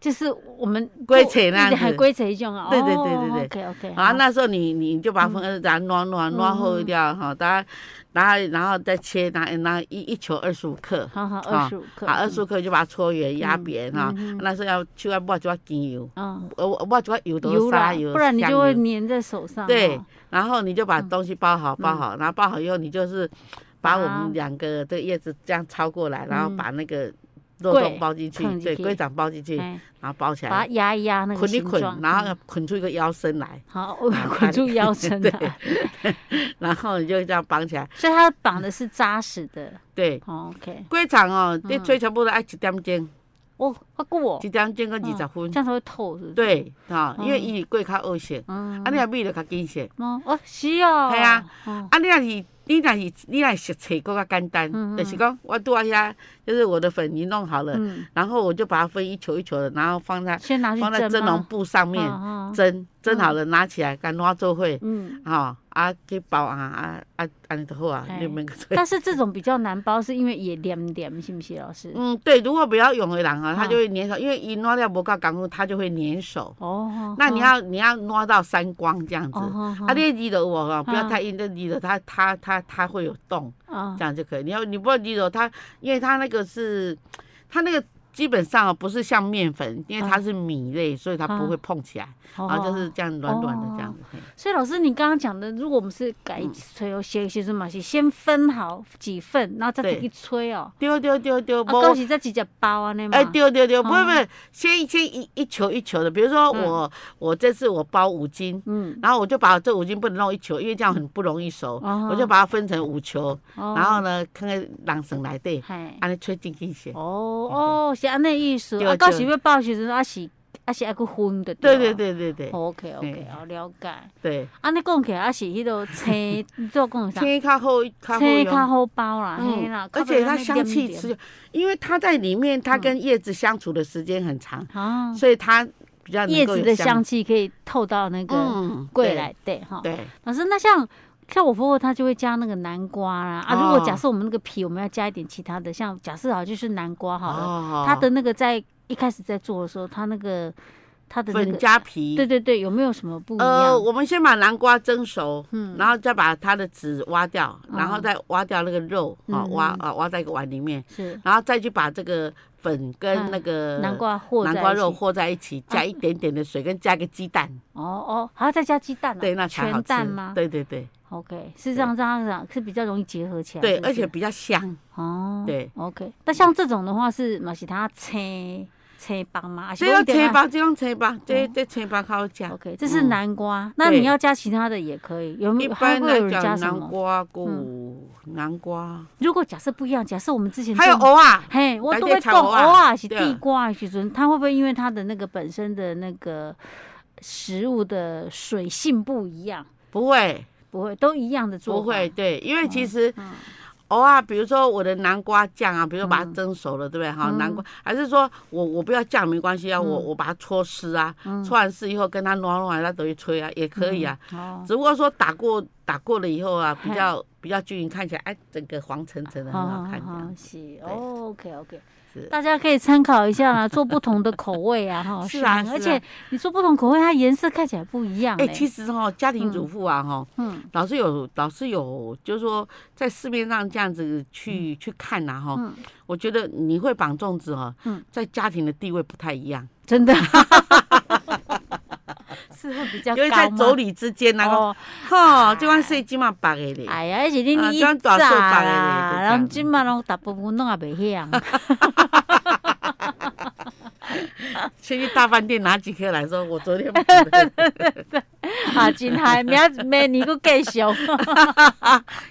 [SPEAKER 2] 就是我们
[SPEAKER 1] 龟腿那样子
[SPEAKER 2] 还龟腿一种啊。
[SPEAKER 1] 对对对对
[SPEAKER 2] 对。OK OK。
[SPEAKER 1] 啊，那时候你你就把它分二然后暖暖暖厚一点哈，大家然后然后再切，然后然后一一球二十五克，
[SPEAKER 2] 好好
[SPEAKER 1] 啊
[SPEAKER 2] 二十五克。
[SPEAKER 1] 啊，二十五克就把它搓圆压扁哈
[SPEAKER 2] 嗯嗯。
[SPEAKER 1] 那时候要手要抹一寡精油，
[SPEAKER 2] 嗯。
[SPEAKER 1] 呃，我抹一寡油
[SPEAKER 2] 嗯，
[SPEAKER 1] 都
[SPEAKER 2] 啦
[SPEAKER 1] 沙油，
[SPEAKER 2] 不然你
[SPEAKER 1] 香
[SPEAKER 2] 就会
[SPEAKER 1] 油
[SPEAKER 2] 粘在手上。
[SPEAKER 1] 对
[SPEAKER 2] 哦，
[SPEAKER 1] 然后你就把东西包好包好，然后包好以后你就是把我
[SPEAKER 2] 把
[SPEAKER 1] 们两个这叶子这样抄过来，然后
[SPEAKER 2] 嗯
[SPEAKER 1] 把那个肉
[SPEAKER 2] 桂
[SPEAKER 1] 粽包进去
[SPEAKER 2] 放，进
[SPEAKER 1] 对，
[SPEAKER 2] 去
[SPEAKER 1] 龟掌包进去，
[SPEAKER 2] 哎，
[SPEAKER 1] 然后包起
[SPEAKER 2] 把它
[SPEAKER 1] 来，
[SPEAKER 2] 压一压那个
[SPEAKER 1] 捆一
[SPEAKER 2] 形
[SPEAKER 1] 捆，
[SPEAKER 2] 状。
[SPEAKER 1] 然
[SPEAKER 2] 嗯
[SPEAKER 1] 后捆出一个腰身来。
[SPEAKER 2] 好，我捆住腰身的，
[SPEAKER 1] 然后你就这样绑起来。
[SPEAKER 2] 所以它绑的是扎实的。
[SPEAKER 1] 对，
[SPEAKER 2] 哦 OK，
[SPEAKER 1] 鸡肠哦，你最差不多爱一点钟，
[SPEAKER 2] 哦，好过嗯哦
[SPEAKER 1] 一，点钟到二十
[SPEAKER 2] 嗯
[SPEAKER 1] 分
[SPEAKER 2] 这。样才会透，是不是？
[SPEAKER 1] 对，哈，因为
[SPEAKER 2] 嗯
[SPEAKER 1] 伊粿较恶性，
[SPEAKER 2] 嗯，
[SPEAKER 1] 啊，你若米就较紧实。
[SPEAKER 2] 哦，哦，是哦，
[SPEAKER 1] 系啊
[SPEAKER 2] 哦，
[SPEAKER 1] 啊，你若是你若是你若是切搁较简单，
[SPEAKER 2] 嗯嗯
[SPEAKER 1] 就是讲我拄啊遐，就是我的粉已经弄好了，
[SPEAKER 2] 嗯，
[SPEAKER 1] 然后我就把它分一球一球的，然后放在
[SPEAKER 2] 先拿去
[SPEAKER 1] 放在蒸笼
[SPEAKER 2] 吗？
[SPEAKER 1] 布上面
[SPEAKER 2] 啊，
[SPEAKER 1] 蒸，蒸好了拿起来，干烂做伙，
[SPEAKER 2] 嗯，
[SPEAKER 1] 哈，啊，去包啊啊啊，安尼就好啊，
[SPEAKER 2] 嘿
[SPEAKER 1] 你免去做。
[SPEAKER 2] 但是这种比较难包，是因为也黏黏，是不是，老师？
[SPEAKER 1] 嗯，对，如果比较勇的人啊，他
[SPEAKER 2] 嗯
[SPEAKER 1] 就会粘手，因为一挪掉不够功夫，他就会粘手。
[SPEAKER 2] 哦，
[SPEAKER 1] 那你要你要挪到三光这样子，
[SPEAKER 2] 哦，
[SPEAKER 1] 啊，你离了我啊，不要
[SPEAKER 2] 嗯
[SPEAKER 1] 太硬，就离了它，它它它会有洞，
[SPEAKER 2] 啊
[SPEAKER 1] 这，样就可以。你要你不要离了它，因为它那个是，它那个基本上啊不是像面粉，因
[SPEAKER 2] 嗯
[SPEAKER 1] 为它是米类，所以它不会碰起来，
[SPEAKER 2] 好
[SPEAKER 1] 然后就是这样软软的这样子。嘿
[SPEAKER 2] 哦所以老师，你刚刚讲的，如果我们是改
[SPEAKER 1] 嗯
[SPEAKER 2] 吹哦，先先什么是先分好几份，然后再
[SPEAKER 1] 对
[SPEAKER 2] 自己吹哦，
[SPEAKER 1] 丢丢丢丢，
[SPEAKER 2] 啊，
[SPEAKER 1] 不
[SPEAKER 2] 到时再直接包啊，那嘛
[SPEAKER 1] 哎，，对对对，不会
[SPEAKER 2] 哦
[SPEAKER 1] 不会，先先一一球一球的，比如说我、我这次我包五斤，
[SPEAKER 2] 嗯，
[SPEAKER 1] 然后我就把这五斤不能弄一球，因为这样很不容易熟，
[SPEAKER 2] 哦
[SPEAKER 1] 我就把它分成五球，
[SPEAKER 2] 哦
[SPEAKER 1] 然后呢，看看人生来对，
[SPEAKER 2] 嘿，
[SPEAKER 1] 安尼吹进去些。
[SPEAKER 2] 哦哦，是安尼意思，
[SPEAKER 1] 对
[SPEAKER 2] 啊，
[SPEAKER 1] 对
[SPEAKER 2] 到时要包的时候啊是啊是要去分的，
[SPEAKER 1] 对对。对对对
[SPEAKER 2] OK OK，
[SPEAKER 1] 嘿
[SPEAKER 2] 好哦了解。
[SPEAKER 1] 对，
[SPEAKER 2] 安尼讲起来，还是迄个青， 你做讲啥？
[SPEAKER 1] 天较厚较厚
[SPEAKER 2] 青较
[SPEAKER 1] 用，
[SPEAKER 2] 好包啦，嘿啦
[SPEAKER 1] 嗯，，而且它香气
[SPEAKER 2] 吃嗯
[SPEAKER 1] 持久，因为它在里面，它跟叶子相处的时间很长，
[SPEAKER 2] 啊，
[SPEAKER 1] 所以它比较能
[SPEAKER 2] 叶
[SPEAKER 1] 够
[SPEAKER 2] 子
[SPEAKER 1] 有
[SPEAKER 2] 的
[SPEAKER 1] 香
[SPEAKER 2] 香气可以透到那个
[SPEAKER 1] 嗯
[SPEAKER 2] 柜
[SPEAKER 1] 对
[SPEAKER 2] 来，哦对哈。
[SPEAKER 1] 对，
[SPEAKER 2] 老师，那像像我婆婆她就会加那个南瓜啦啊，如
[SPEAKER 1] 哦
[SPEAKER 2] 果假设我们那个皮，我们要加一点其他的，像假设好就是南瓜好了，
[SPEAKER 1] 哦
[SPEAKER 2] 它的那个在一开始在做的时候，它那个它的那
[SPEAKER 1] 粉
[SPEAKER 2] 个，
[SPEAKER 1] 加皮，
[SPEAKER 2] 对对对，有没有什么不一
[SPEAKER 1] 呃，
[SPEAKER 2] 样？
[SPEAKER 1] 我们先把南瓜蒸熟，
[SPEAKER 2] 嗯
[SPEAKER 1] 然后再把它的籽挖掉，然后
[SPEAKER 2] 哦
[SPEAKER 1] 再挖掉那个肉，啊，
[SPEAKER 2] 嗯
[SPEAKER 1] 挖啊挖在一个碗里面，
[SPEAKER 2] 是
[SPEAKER 1] 然后再去把这个粉跟
[SPEAKER 2] 嗯
[SPEAKER 1] 那个
[SPEAKER 2] 南瓜和在
[SPEAKER 1] 呃南
[SPEAKER 2] 一
[SPEAKER 1] 瓜肉
[SPEAKER 2] 起啊
[SPEAKER 1] 和在一起，加一点点的水，跟加个鸡蛋，
[SPEAKER 2] 哦哦，还要再加鸡蛋啊？
[SPEAKER 1] 对，那才好
[SPEAKER 2] 全
[SPEAKER 1] 吃
[SPEAKER 2] 蛋吗？
[SPEAKER 1] 对对对
[SPEAKER 2] ，OK，是这样这样这样是比较容易结合起来，
[SPEAKER 1] 对，
[SPEAKER 2] 是不
[SPEAKER 1] 而且
[SPEAKER 2] 是
[SPEAKER 1] 比较香。
[SPEAKER 2] 哦，
[SPEAKER 1] 对
[SPEAKER 2] ，OK，那像这种的话是嘛是它切切帮吗？还是
[SPEAKER 1] 这要
[SPEAKER 2] 讲一点
[SPEAKER 1] 切
[SPEAKER 2] 啊
[SPEAKER 1] 吧，这样切吧，这
[SPEAKER 2] 哦
[SPEAKER 1] 这切吧好吃。
[SPEAKER 2] OK，这是
[SPEAKER 1] 嗯
[SPEAKER 2] 南瓜，那
[SPEAKER 1] 对
[SPEAKER 2] 你要加其他的也可以。有没
[SPEAKER 1] 一
[SPEAKER 2] 有嗯还
[SPEAKER 1] 般
[SPEAKER 2] 会有
[SPEAKER 1] 来
[SPEAKER 2] 人加
[SPEAKER 1] 讲，
[SPEAKER 2] 什
[SPEAKER 1] 南
[SPEAKER 2] 么？嗯
[SPEAKER 1] 瓜、菇、南瓜，
[SPEAKER 2] 如果假设不一样，假设我们之前
[SPEAKER 1] 还有
[SPEAKER 2] 种，
[SPEAKER 1] 藕啊，
[SPEAKER 2] 嘿，我
[SPEAKER 1] 来
[SPEAKER 2] 都
[SPEAKER 1] 这
[SPEAKER 2] 会
[SPEAKER 1] 炒
[SPEAKER 2] 种
[SPEAKER 1] 蚵仔
[SPEAKER 2] 偶尔是
[SPEAKER 1] 对
[SPEAKER 2] 地瓜的时阵，它会不会因为它的那个本身的那个食物的水性不一样？
[SPEAKER 1] 不会
[SPEAKER 2] 不会，都一样的做
[SPEAKER 1] 不
[SPEAKER 2] 法。
[SPEAKER 1] 会，对，因为其实
[SPEAKER 2] 嗯，
[SPEAKER 1] 偶尔，比如说我的南瓜酱啊，比如说把它
[SPEAKER 2] 嗯
[SPEAKER 1] 蒸熟了，对不对？哈，
[SPEAKER 2] 嗯
[SPEAKER 1] 南瓜还是说我我不要酱没关系啊，我
[SPEAKER 2] 嗯
[SPEAKER 1] 我把它搓丝啊，
[SPEAKER 2] 嗯
[SPEAKER 1] 搓完丝以后跟它暖暖，它等于吹啊，也可以啊。
[SPEAKER 2] 哦，
[SPEAKER 1] 只不过说打过打过了以后啊，比
[SPEAKER 2] 嘿
[SPEAKER 1] 较比较均匀，看起来哎，整个黄橙橙的很好看这样子。
[SPEAKER 2] 是哦，OK OK，
[SPEAKER 1] 是
[SPEAKER 2] 大家可以参考一下啦，做不同的口味啊，哈，
[SPEAKER 1] 是啊
[SPEAKER 2] 吗
[SPEAKER 1] 是啊
[SPEAKER 2] 而且你做不同口味，它颜色看起来不一样
[SPEAKER 1] 哎，
[SPEAKER 2] 嘞
[SPEAKER 1] 其实哈，家庭主妇啊，哈，
[SPEAKER 2] 嗯
[SPEAKER 1] 老是有老是有，就是说在市面上这样子去去看呐，哈，
[SPEAKER 2] 嗯，
[SPEAKER 1] 我觉得你会绑粽子哈
[SPEAKER 2] 嗯，
[SPEAKER 1] 在家庭的地位不太一样，
[SPEAKER 2] 真的，是会比较
[SPEAKER 1] 因为在妯
[SPEAKER 2] 高吗？
[SPEAKER 1] 娌之间那个。
[SPEAKER 2] 哦，
[SPEAKER 1] 吼，即款细即嘛白的咧，
[SPEAKER 2] 哎呀，而且你
[SPEAKER 1] 啊
[SPEAKER 2] 你
[SPEAKER 1] 这样大
[SPEAKER 2] 早
[SPEAKER 1] 做法的嘞就
[SPEAKER 2] 啦，
[SPEAKER 1] 这样
[SPEAKER 2] 人今嘛拢大部分拢也袂晓，
[SPEAKER 1] 先去大饭店拿几颗来说，我昨天买的，
[SPEAKER 2] 啊，真嗨，明仔明年佫继续。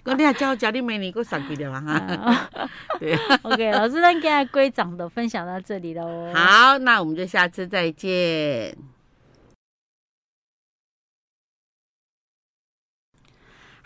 [SPEAKER 1] 讲你若叫我食，你明年佫送几粒 啊？哈，对，
[SPEAKER 2] OK，老师，那今天规长的分享到这里喽。
[SPEAKER 1] 好，那我们就下次再见。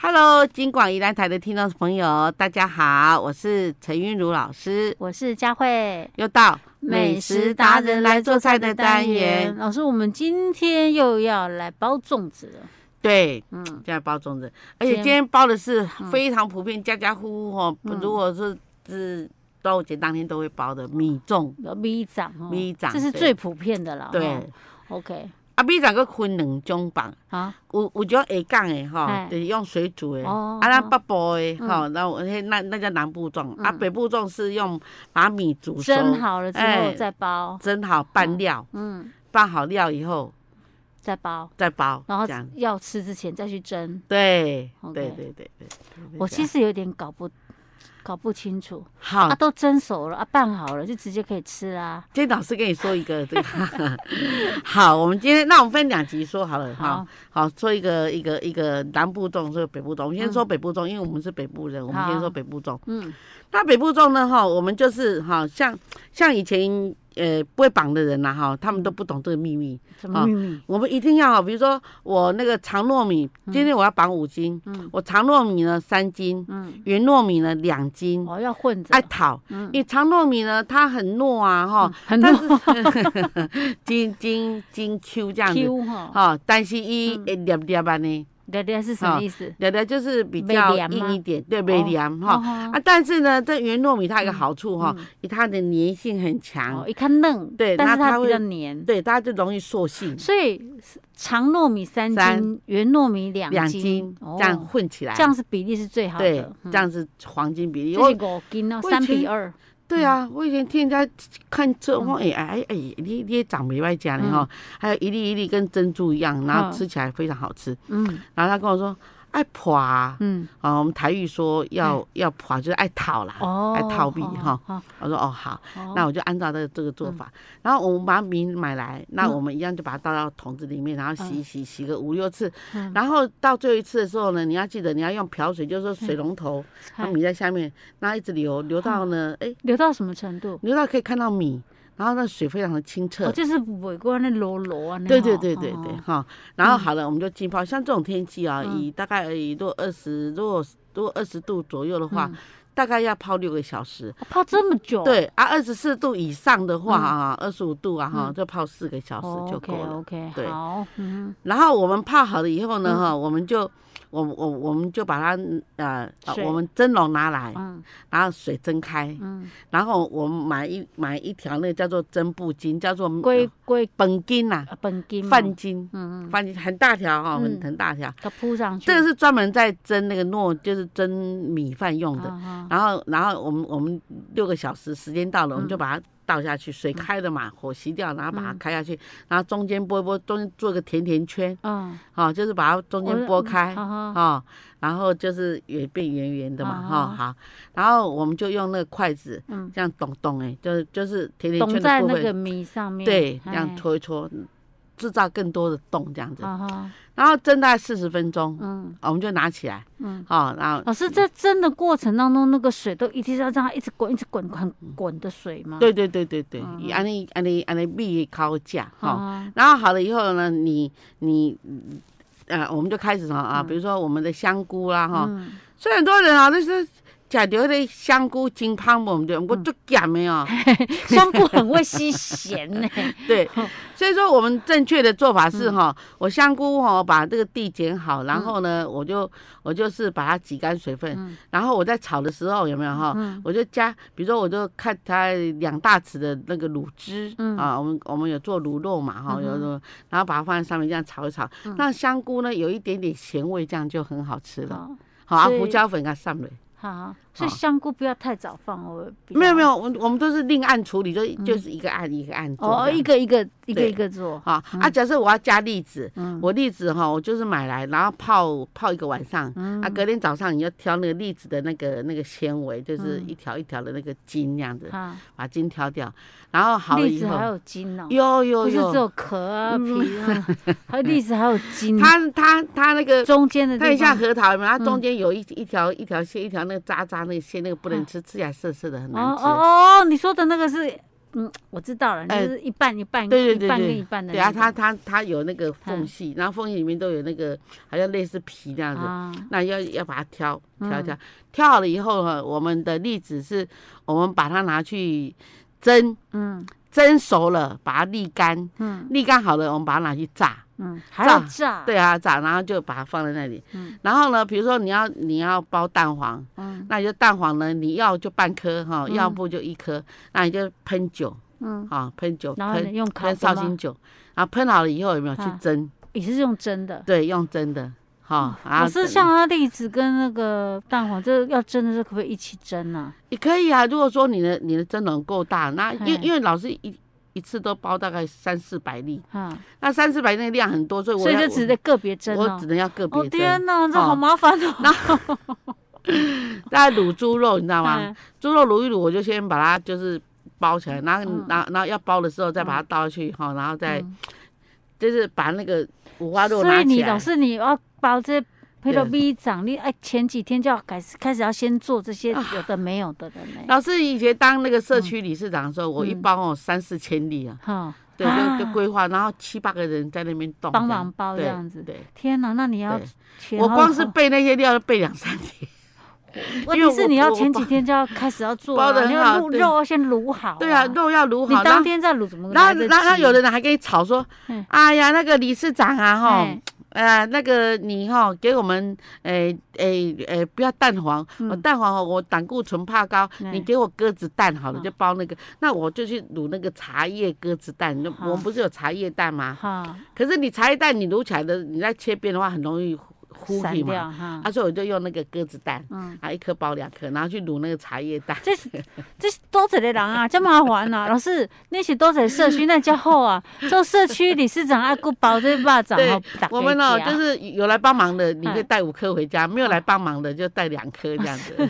[SPEAKER 1] Hello，金广宜兰台的听众朋友，大家好，我是陈韵如老师，
[SPEAKER 2] 我是佳慧，
[SPEAKER 1] 又到美食达人来做菜的单元，
[SPEAKER 2] 老师，我们今天又要来包粽子了。
[SPEAKER 1] 对，
[SPEAKER 2] 嗯，
[SPEAKER 1] 现在包粽子，而且
[SPEAKER 2] 今
[SPEAKER 1] 今
[SPEAKER 2] 天
[SPEAKER 1] 天包的是非常普遍，家家户户哦，
[SPEAKER 2] 嗯
[SPEAKER 1] 如果是是端午节当天都会包的米粽，
[SPEAKER 2] 有米长哦，
[SPEAKER 1] 米粽
[SPEAKER 2] 这是
[SPEAKER 1] 对
[SPEAKER 2] 最普遍的了。
[SPEAKER 1] 对
[SPEAKER 2] 哦。，OK，
[SPEAKER 1] 啊，米粽佫分两种放，
[SPEAKER 2] 好，
[SPEAKER 1] 有有种下港的吼
[SPEAKER 2] 哎，
[SPEAKER 1] 就是用水煮的，
[SPEAKER 2] 哦
[SPEAKER 1] 啊，咱北部的吼，然后那那那叫南部粽，啊，
[SPEAKER 2] 嗯
[SPEAKER 1] 北部粽是用把米煮熟，
[SPEAKER 2] 蒸好了之后
[SPEAKER 1] 哎
[SPEAKER 2] 再包，
[SPEAKER 1] 蒸好拌料，
[SPEAKER 2] 嗯，
[SPEAKER 1] 拌好料以后
[SPEAKER 2] 再包，
[SPEAKER 1] 再包，
[SPEAKER 2] 然后
[SPEAKER 1] 这样，
[SPEAKER 2] 要吃之前再去蒸。
[SPEAKER 1] 对
[SPEAKER 2] OK
[SPEAKER 1] 对对对对，
[SPEAKER 2] 我其
[SPEAKER 1] 实
[SPEAKER 2] 实有点搞不搞不清楚，
[SPEAKER 1] 好
[SPEAKER 2] 啊，，都蒸熟了啊，拌好了就直接可以吃啦。
[SPEAKER 1] 今天老师跟你说一个 这个，好，我们今天那我们分两集说好了哈
[SPEAKER 2] 好，
[SPEAKER 1] 好说一个一个一个南部粽，说北部粽。我们先说北部粽，因为我们是北部人，我们先
[SPEAKER 2] 嗯好
[SPEAKER 1] 说北部粽。
[SPEAKER 2] 嗯，
[SPEAKER 1] 那北部粽呢哈，我们就是哈，像像以前呃不会绑的人啦、哈，他们都不懂这个秘密。
[SPEAKER 2] 什么
[SPEAKER 1] 好
[SPEAKER 2] 秘密？
[SPEAKER 1] 我们一定要，比如说我那个长糯米，今天我要绑五斤，
[SPEAKER 2] 嗯
[SPEAKER 1] 我长糯米呢三斤，
[SPEAKER 2] 嗯，
[SPEAKER 1] 圆糯米呢两斤，
[SPEAKER 2] 哦，要混着
[SPEAKER 1] 爱，讨。
[SPEAKER 2] 嗯，
[SPEAKER 1] 因为长糯米呢，它很糯啊哈。
[SPEAKER 2] 嗯很
[SPEAKER 1] 但
[SPEAKER 2] 多
[SPEAKER 1] 是 金金金 Q 这样子，
[SPEAKER 2] Q 嗯哈，
[SPEAKER 1] 哈、但是伊会粒粒啊呢，
[SPEAKER 2] 聊聊是什么意思？
[SPEAKER 1] 粒粒就是比较
[SPEAKER 2] 袂黏吗啊
[SPEAKER 1] 硬一点，对，没凉哈。
[SPEAKER 2] 哦
[SPEAKER 1] 啊，但是呢，这圆糯米它有一个好处哈、
[SPEAKER 2] 嗯
[SPEAKER 1] 它的粘性很强，
[SPEAKER 2] 哦，一看嫩，
[SPEAKER 1] 对
[SPEAKER 2] 但是
[SPEAKER 1] 那它
[SPEAKER 2] 它比
[SPEAKER 1] 会
[SPEAKER 2] 较黏，
[SPEAKER 1] 对，它就容易塑性，
[SPEAKER 2] 所以长糯米三
[SPEAKER 1] 三
[SPEAKER 2] 斤，圆糯米两
[SPEAKER 1] 两
[SPEAKER 2] 斤
[SPEAKER 1] 斤，
[SPEAKER 2] 哦
[SPEAKER 1] 这样混起来，
[SPEAKER 2] 这样是比例是最好的，
[SPEAKER 1] 对，
[SPEAKER 2] 嗯
[SPEAKER 1] 这样是黄金比例。
[SPEAKER 2] 这
[SPEAKER 1] 我
[SPEAKER 2] 是嗯五斤哦，
[SPEAKER 1] 我以
[SPEAKER 2] 三
[SPEAKER 1] 前
[SPEAKER 2] 比二，
[SPEAKER 1] 对啊，我以前听人家看
[SPEAKER 2] 嗯
[SPEAKER 1] 这，我哎哎哎，你你也长没外加呢哈，还有一粒一粒跟珍珠一样，然后
[SPEAKER 2] 嗯
[SPEAKER 1] 吃起来非常好吃。
[SPEAKER 2] 嗯
[SPEAKER 1] 然后他跟我说，爱破啊。
[SPEAKER 2] 嗯，
[SPEAKER 1] 啊，我们台语说要、要跑，就是爱讨啦，
[SPEAKER 2] 哦，
[SPEAKER 1] 爱逃避哈。
[SPEAKER 2] 好，
[SPEAKER 1] 我说哦好，
[SPEAKER 2] 那
[SPEAKER 1] 那我就按照这个这个做法，然后我们把米买来，那
[SPEAKER 2] 嗯
[SPEAKER 1] 我们一样就把它倒到桶子里面，然后洗一洗洗个五六次，
[SPEAKER 2] 嗯
[SPEAKER 1] 然后到最后一次的时候呢，你要记得你要用瓢水，就是说
[SPEAKER 2] 嗯
[SPEAKER 1] 水龙头，那米在下面，然后一直流流到呢，哎、
[SPEAKER 2] 流到什么程度？
[SPEAKER 1] 流到可以看到米，然后那水非常的清澈。
[SPEAKER 2] 哦，就是尾过那螺螺啊，那
[SPEAKER 1] 对
[SPEAKER 2] 样
[SPEAKER 1] 对
[SPEAKER 2] 哦
[SPEAKER 1] 对对
[SPEAKER 2] 哦
[SPEAKER 1] 对，
[SPEAKER 2] 哦
[SPEAKER 1] 哈，然后好了，我们就浸泡。像这种天气啊，
[SPEAKER 2] 嗯
[SPEAKER 1] 以大概以如果二十，如果如果二十度左右的话
[SPEAKER 2] 嗯，
[SPEAKER 1] 大概要泡六个小时。
[SPEAKER 2] 哦泡这么久，
[SPEAKER 1] 对啊，二十四度以上的
[SPEAKER 2] 嗯
[SPEAKER 1] 话啊，二十五度啊哈，就泡四个小
[SPEAKER 2] 哦
[SPEAKER 1] 时就够了。
[SPEAKER 2] OK，
[SPEAKER 1] 对
[SPEAKER 2] 好，嗯
[SPEAKER 1] 然后我们泡好了以后呢，哈、我们就我我我们就把它呃，呃
[SPEAKER 2] 水
[SPEAKER 1] 我们蒸笼拿来，
[SPEAKER 2] 嗯
[SPEAKER 1] 然后水蒸开，
[SPEAKER 2] 嗯，
[SPEAKER 1] 然后我们买一买一条那个叫做蒸布巾，叫做呃
[SPEAKER 2] 龟龟
[SPEAKER 1] 本巾呐、
[SPEAKER 2] 呃本金
[SPEAKER 1] 嗯
[SPEAKER 2] 嘛，
[SPEAKER 1] 饭巾，
[SPEAKER 2] 嗯嗯，
[SPEAKER 1] 饭巾很大条哈、很
[SPEAKER 2] 嗯
[SPEAKER 1] 很大条。
[SPEAKER 2] 它铺上去，
[SPEAKER 1] 这个是专门在蒸那个糯，就是蒸米饭用的。
[SPEAKER 2] 啊哈
[SPEAKER 1] 然后，然后我们我们六个小时时间到了，我们
[SPEAKER 2] 嗯
[SPEAKER 1] 就把它倒下去，水开了嘛，火熄掉，然后把它开下去，然后中间拨一拨，中间做个甜甜圈，
[SPEAKER 2] 嗯，
[SPEAKER 1] 好、就是把它中间
[SPEAKER 2] 我
[SPEAKER 1] 拨开，
[SPEAKER 2] 啊哈
[SPEAKER 1] 哦，然后就是也变圆圆的嘛，哈、
[SPEAKER 2] 啊
[SPEAKER 1] 好，然后我们就用那个筷子，
[SPEAKER 2] 嗯
[SPEAKER 1] 这样咚咚，哎，就是就是甜甜
[SPEAKER 2] 懂
[SPEAKER 1] 圈
[SPEAKER 2] 在
[SPEAKER 1] 的部
[SPEAKER 2] 那
[SPEAKER 1] 分，
[SPEAKER 2] 个米上面，
[SPEAKER 1] 对，这样
[SPEAKER 2] 哎，
[SPEAKER 1] 搓一搓，制造更多的洞这样子，
[SPEAKER 2] 啊哈，
[SPEAKER 1] 然后蒸大概四十分钟，
[SPEAKER 2] 嗯
[SPEAKER 1] 哦我们就拿起来，
[SPEAKER 2] 嗯。
[SPEAKER 1] 哦，然后
[SPEAKER 2] 老师，在蒸的过程当中，那个水都一定要让它一直滚，一直滚，很滚的水吗？
[SPEAKER 1] 嗯对对对对对
[SPEAKER 2] 啊嗯，
[SPEAKER 1] 安尼安尼安尼米烤架哈。
[SPEAKER 2] 啊，
[SPEAKER 1] 然后好了以后呢，你你嗯呃，我们就开始什么啊？比如说我们的香菇啦哈，
[SPEAKER 2] 嗯，
[SPEAKER 1] 所以很多人啊，就是讲究那香菇金胖我们对，我
[SPEAKER 2] 嗯
[SPEAKER 1] 就讲没有。
[SPEAKER 2] 香菇很会吸咸 呢。
[SPEAKER 1] 对，
[SPEAKER 2] 哦
[SPEAKER 1] 所以说我们正确的做法是哈，
[SPEAKER 2] 嗯
[SPEAKER 1] 我香菇哈把这个地剪好，然后呢，我就我就是把它挤干水分
[SPEAKER 2] 嗯，
[SPEAKER 1] 然后我在炒的时候有没有哈？
[SPEAKER 2] 嗯
[SPEAKER 1] 我就加，比如说我就看它两大匙的那个卤汁，
[SPEAKER 2] 嗯
[SPEAKER 1] 啊，我们我们有做卤肉嘛哈，
[SPEAKER 2] 嗯哼
[SPEAKER 1] 有有，然后把它放在上面这样炒一炒，
[SPEAKER 2] 嗯
[SPEAKER 1] 那香菇呢有一点点咸味，这样就很好吃了。好，
[SPEAKER 2] 好，
[SPEAKER 1] 啊
[SPEAKER 2] 哦所以
[SPEAKER 1] 胡椒粉给它上面。
[SPEAKER 2] 好，所以香菇不要太早放哦。比较嗯
[SPEAKER 1] 没有没，有，我们我们都是另案处理，就就是一个案一个案做
[SPEAKER 2] 哦，
[SPEAKER 1] 这样
[SPEAKER 2] 一个嗯一个一个
[SPEAKER 1] 对
[SPEAKER 2] 一个做。
[SPEAKER 1] 啊啊，假设我要加栗子，
[SPEAKER 2] 嗯
[SPEAKER 1] 我栗子哈，我就是买来，然后泡泡一个晚上，
[SPEAKER 2] 嗯
[SPEAKER 1] 啊，隔天早上你要挑那个栗子的那个那个纤维，就是
[SPEAKER 2] 嗯
[SPEAKER 1] 一条一条的那个筋那样子，
[SPEAKER 2] 啊，
[SPEAKER 1] 把筋挑掉，然后好了
[SPEAKER 2] 栗
[SPEAKER 1] 以
[SPEAKER 2] 子
[SPEAKER 1] 后
[SPEAKER 2] 还，有筋哦，
[SPEAKER 1] 有有
[SPEAKER 2] 不是只
[SPEAKER 1] 有，
[SPEAKER 2] 有壳啊皮啊，还有栗子还有筋，
[SPEAKER 1] 它它它那个，
[SPEAKER 2] 中间的
[SPEAKER 1] 它
[SPEAKER 2] 地
[SPEAKER 1] 很像
[SPEAKER 2] 方。嗯
[SPEAKER 1] 核桃，有没有？它中间有一一条一条线，一条那个渣渣那个线，那个不能吃，吃起来涩涩的，很
[SPEAKER 2] 嗯哦
[SPEAKER 1] 难吃。
[SPEAKER 2] 哦哦，你说的那个是，嗯，我知道了，就
[SPEAKER 1] 哎
[SPEAKER 2] 是一半一半，
[SPEAKER 1] 对对对
[SPEAKER 2] 一半
[SPEAKER 1] 对
[SPEAKER 2] 跟一半的
[SPEAKER 1] 对
[SPEAKER 2] 那
[SPEAKER 1] 啊，
[SPEAKER 2] 种。嗯
[SPEAKER 1] 它它它有那个缝隙，然后缝隙里面都有那个好像类似皮那样子，
[SPEAKER 2] 啊，
[SPEAKER 1] 那要要把它挑挑
[SPEAKER 2] 嗯
[SPEAKER 1] 挑、挑好了以后呢，我们的栗子是我们把它拿去蒸，
[SPEAKER 2] 嗯
[SPEAKER 1] 蒸熟了把它沥干，
[SPEAKER 2] 嗯
[SPEAKER 1] 沥干好了我们把它拿去炸，
[SPEAKER 2] 嗯，还要
[SPEAKER 1] 炸
[SPEAKER 2] 炸，
[SPEAKER 1] 对啊炸，然后就把它放在那里。
[SPEAKER 2] 嗯
[SPEAKER 1] 然后呢，比如说你要你要包蛋黄，
[SPEAKER 2] 嗯
[SPEAKER 1] 那你就蛋黄呢你要就半颗哈，
[SPEAKER 2] 嗯
[SPEAKER 1] 要不就一颗，那你就喷酒
[SPEAKER 2] 嗯，
[SPEAKER 1] 啊喷酒
[SPEAKER 2] 然后呢
[SPEAKER 1] 喷。
[SPEAKER 2] 用烤
[SPEAKER 1] 喷
[SPEAKER 2] 的
[SPEAKER 1] 绍
[SPEAKER 2] 吗
[SPEAKER 1] 兴酒，然后喷好了以后有没有去
[SPEAKER 2] 啊
[SPEAKER 1] 蒸？
[SPEAKER 2] 也是用蒸的。
[SPEAKER 1] 对，用蒸的，哈、啊，
[SPEAKER 2] 老师，嗯像它栗子跟那个蛋黄，这要蒸的时候可不可以一起蒸啊？
[SPEAKER 1] 也可以啊。如果说你的你的蒸笼够大，那因为
[SPEAKER 2] 嗯
[SPEAKER 1] 因为老师一一次都包大概三四百粒，
[SPEAKER 2] 啊，
[SPEAKER 1] 那三四百粒量很多，所以我
[SPEAKER 2] 所以
[SPEAKER 1] 要
[SPEAKER 2] 就只能个别蒸
[SPEAKER 1] 我我
[SPEAKER 2] 哦
[SPEAKER 1] 只。能要个
[SPEAKER 2] 哦
[SPEAKER 1] 别
[SPEAKER 2] 天
[SPEAKER 1] 蒸。
[SPEAKER 2] 哪，这好
[SPEAKER 1] 哦
[SPEAKER 2] 麻烦哦。
[SPEAKER 1] 那那卤猪肉你知道吗？
[SPEAKER 2] 嗯
[SPEAKER 1] 猪肉卤一卤，我就先把它就是包起来，然后
[SPEAKER 2] 嗯
[SPEAKER 1] 然后然后要包的时候再把它倒下去，哈，然后再
[SPEAKER 2] 嗯
[SPEAKER 1] 就是把那个五花肉
[SPEAKER 2] 所
[SPEAKER 1] 拿
[SPEAKER 2] 以
[SPEAKER 1] 起
[SPEAKER 2] 你老
[SPEAKER 1] 来。
[SPEAKER 2] 师你要把这配到
[SPEAKER 1] 对
[SPEAKER 2] B 长，你哎前几天就要开始开始要先做这
[SPEAKER 1] 啊
[SPEAKER 2] 些有的没有的了呢。
[SPEAKER 1] 老师以前当那个社
[SPEAKER 2] 嗯
[SPEAKER 1] 区理事长的时候，我一包哦三四千粒啊，
[SPEAKER 2] 哈，
[SPEAKER 1] 对，
[SPEAKER 2] 啊
[SPEAKER 1] 就就规划，然后七八个人在那边动，
[SPEAKER 2] 帮
[SPEAKER 1] 这样
[SPEAKER 2] 忙包这
[SPEAKER 1] 对
[SPEAKER 2] 样子。
[SPEAKER 1] 对。
[SPEAKER 2] 天哪，那你要
[SPEAKER 1] 对
[SPEAKER 2] 前
[SPEAKER 1] 我
[SPEAKER 2] 后
[SPEAKER 1] 光是
[SPEAKER 2] 后
[SPEAKER 1] 备那些料要备两三 天。
[SPEAKER 2] 问
[SPEAKER 1] 因为
[SPEAKER 2] 题是
[SPEAKER 1] 我
[SPEAKER 2] 你要
[SPEAKER 1] 我
[SPEAKER 2] 前
[SPEAKER 1] 包
[SPEAKER 2] 几天就要开始要做
[SPEAKER 1] 包得
[SPEAKER 2] 啊，
[SPEAKER 1] 很
[SPEAKER 2] 你要
[SPEAKER 1] 好
[SPEAKER 2] 卤
[SPEAKER 1] 对
[SPEAKER 2] 肉要先卤好。
[SPEAKER 1] 对啊，肉要卤
[SPEAKER 2] 你
[SPEAKER 1] 好，然
[SPEAKER 2] 当
[SPEAKER 1] 后
[SPEAKER 2] 天再卤怎么
[SPEAKER 1] 然
[SPEAKER 2] 来
[SPEAKER 1] 后
[SPEAKER 2] 得及？
[SPEAKER 1] 然后有的人还跟你吵说
[SPEAKER 2] 嗯，
[SPEAKER 1] 哎呀，那个理事长啊，哈
[SPEAKER 2] 哎，
[SPEAKER 1] 呃，那个你哈给我们，诶诶诶，不要蛋黄，我
[SPEAKER 2] 嗯
[SPEAKER 1] 蛋黄哦，我胆固醇怕高，
[SPEAKER 2] 哎
[SPEAKER 1] 你给我鸽子蛋好了，
[SPEAKER 2] 好
[SPEAKER 1] 就包那个，那我就去卤那个茶叶鸽子蛋，那
[SPEAKER 2] 好
[SPEAKER 1] 我们不是有茶叶蛋吗？
[SPEAKER 2] 哈
[SPEAKER 1] 可是你茶叶蛋你卤起来的，你在切边的话很容易糊
[SPEAKER 2] 散
[SPEAKER 1] 起嘛，
[SPEAKER 2] 掉哈
[SPEAKER 1] 啊，，所以我就用那个鸽子蛋，
[SPEAKER 2] 嗯，
[SPEAKER 1] 啊，一颗包两颗，然后去卤那个茶叶 蛋。
[SPEAKER 2] 这是这是多侪个人啊，真麻烦呐、啊。老师，那是多侪社区那才好啊，做社区理事长啊，顾包这肉粽
[SPEAKER 1] 对
[SPEAKER 2] 哦，大家
[SPEAKER 1] 我们哦，
[SPEAKER 2] 吃
[SPEAKER 1] 就是有来帮忙的，你
[SPEAKER 2] 嗯哦
[SPEAKER 1] 可以带五颗回家；没有来帮忙的，就带两颗这样子。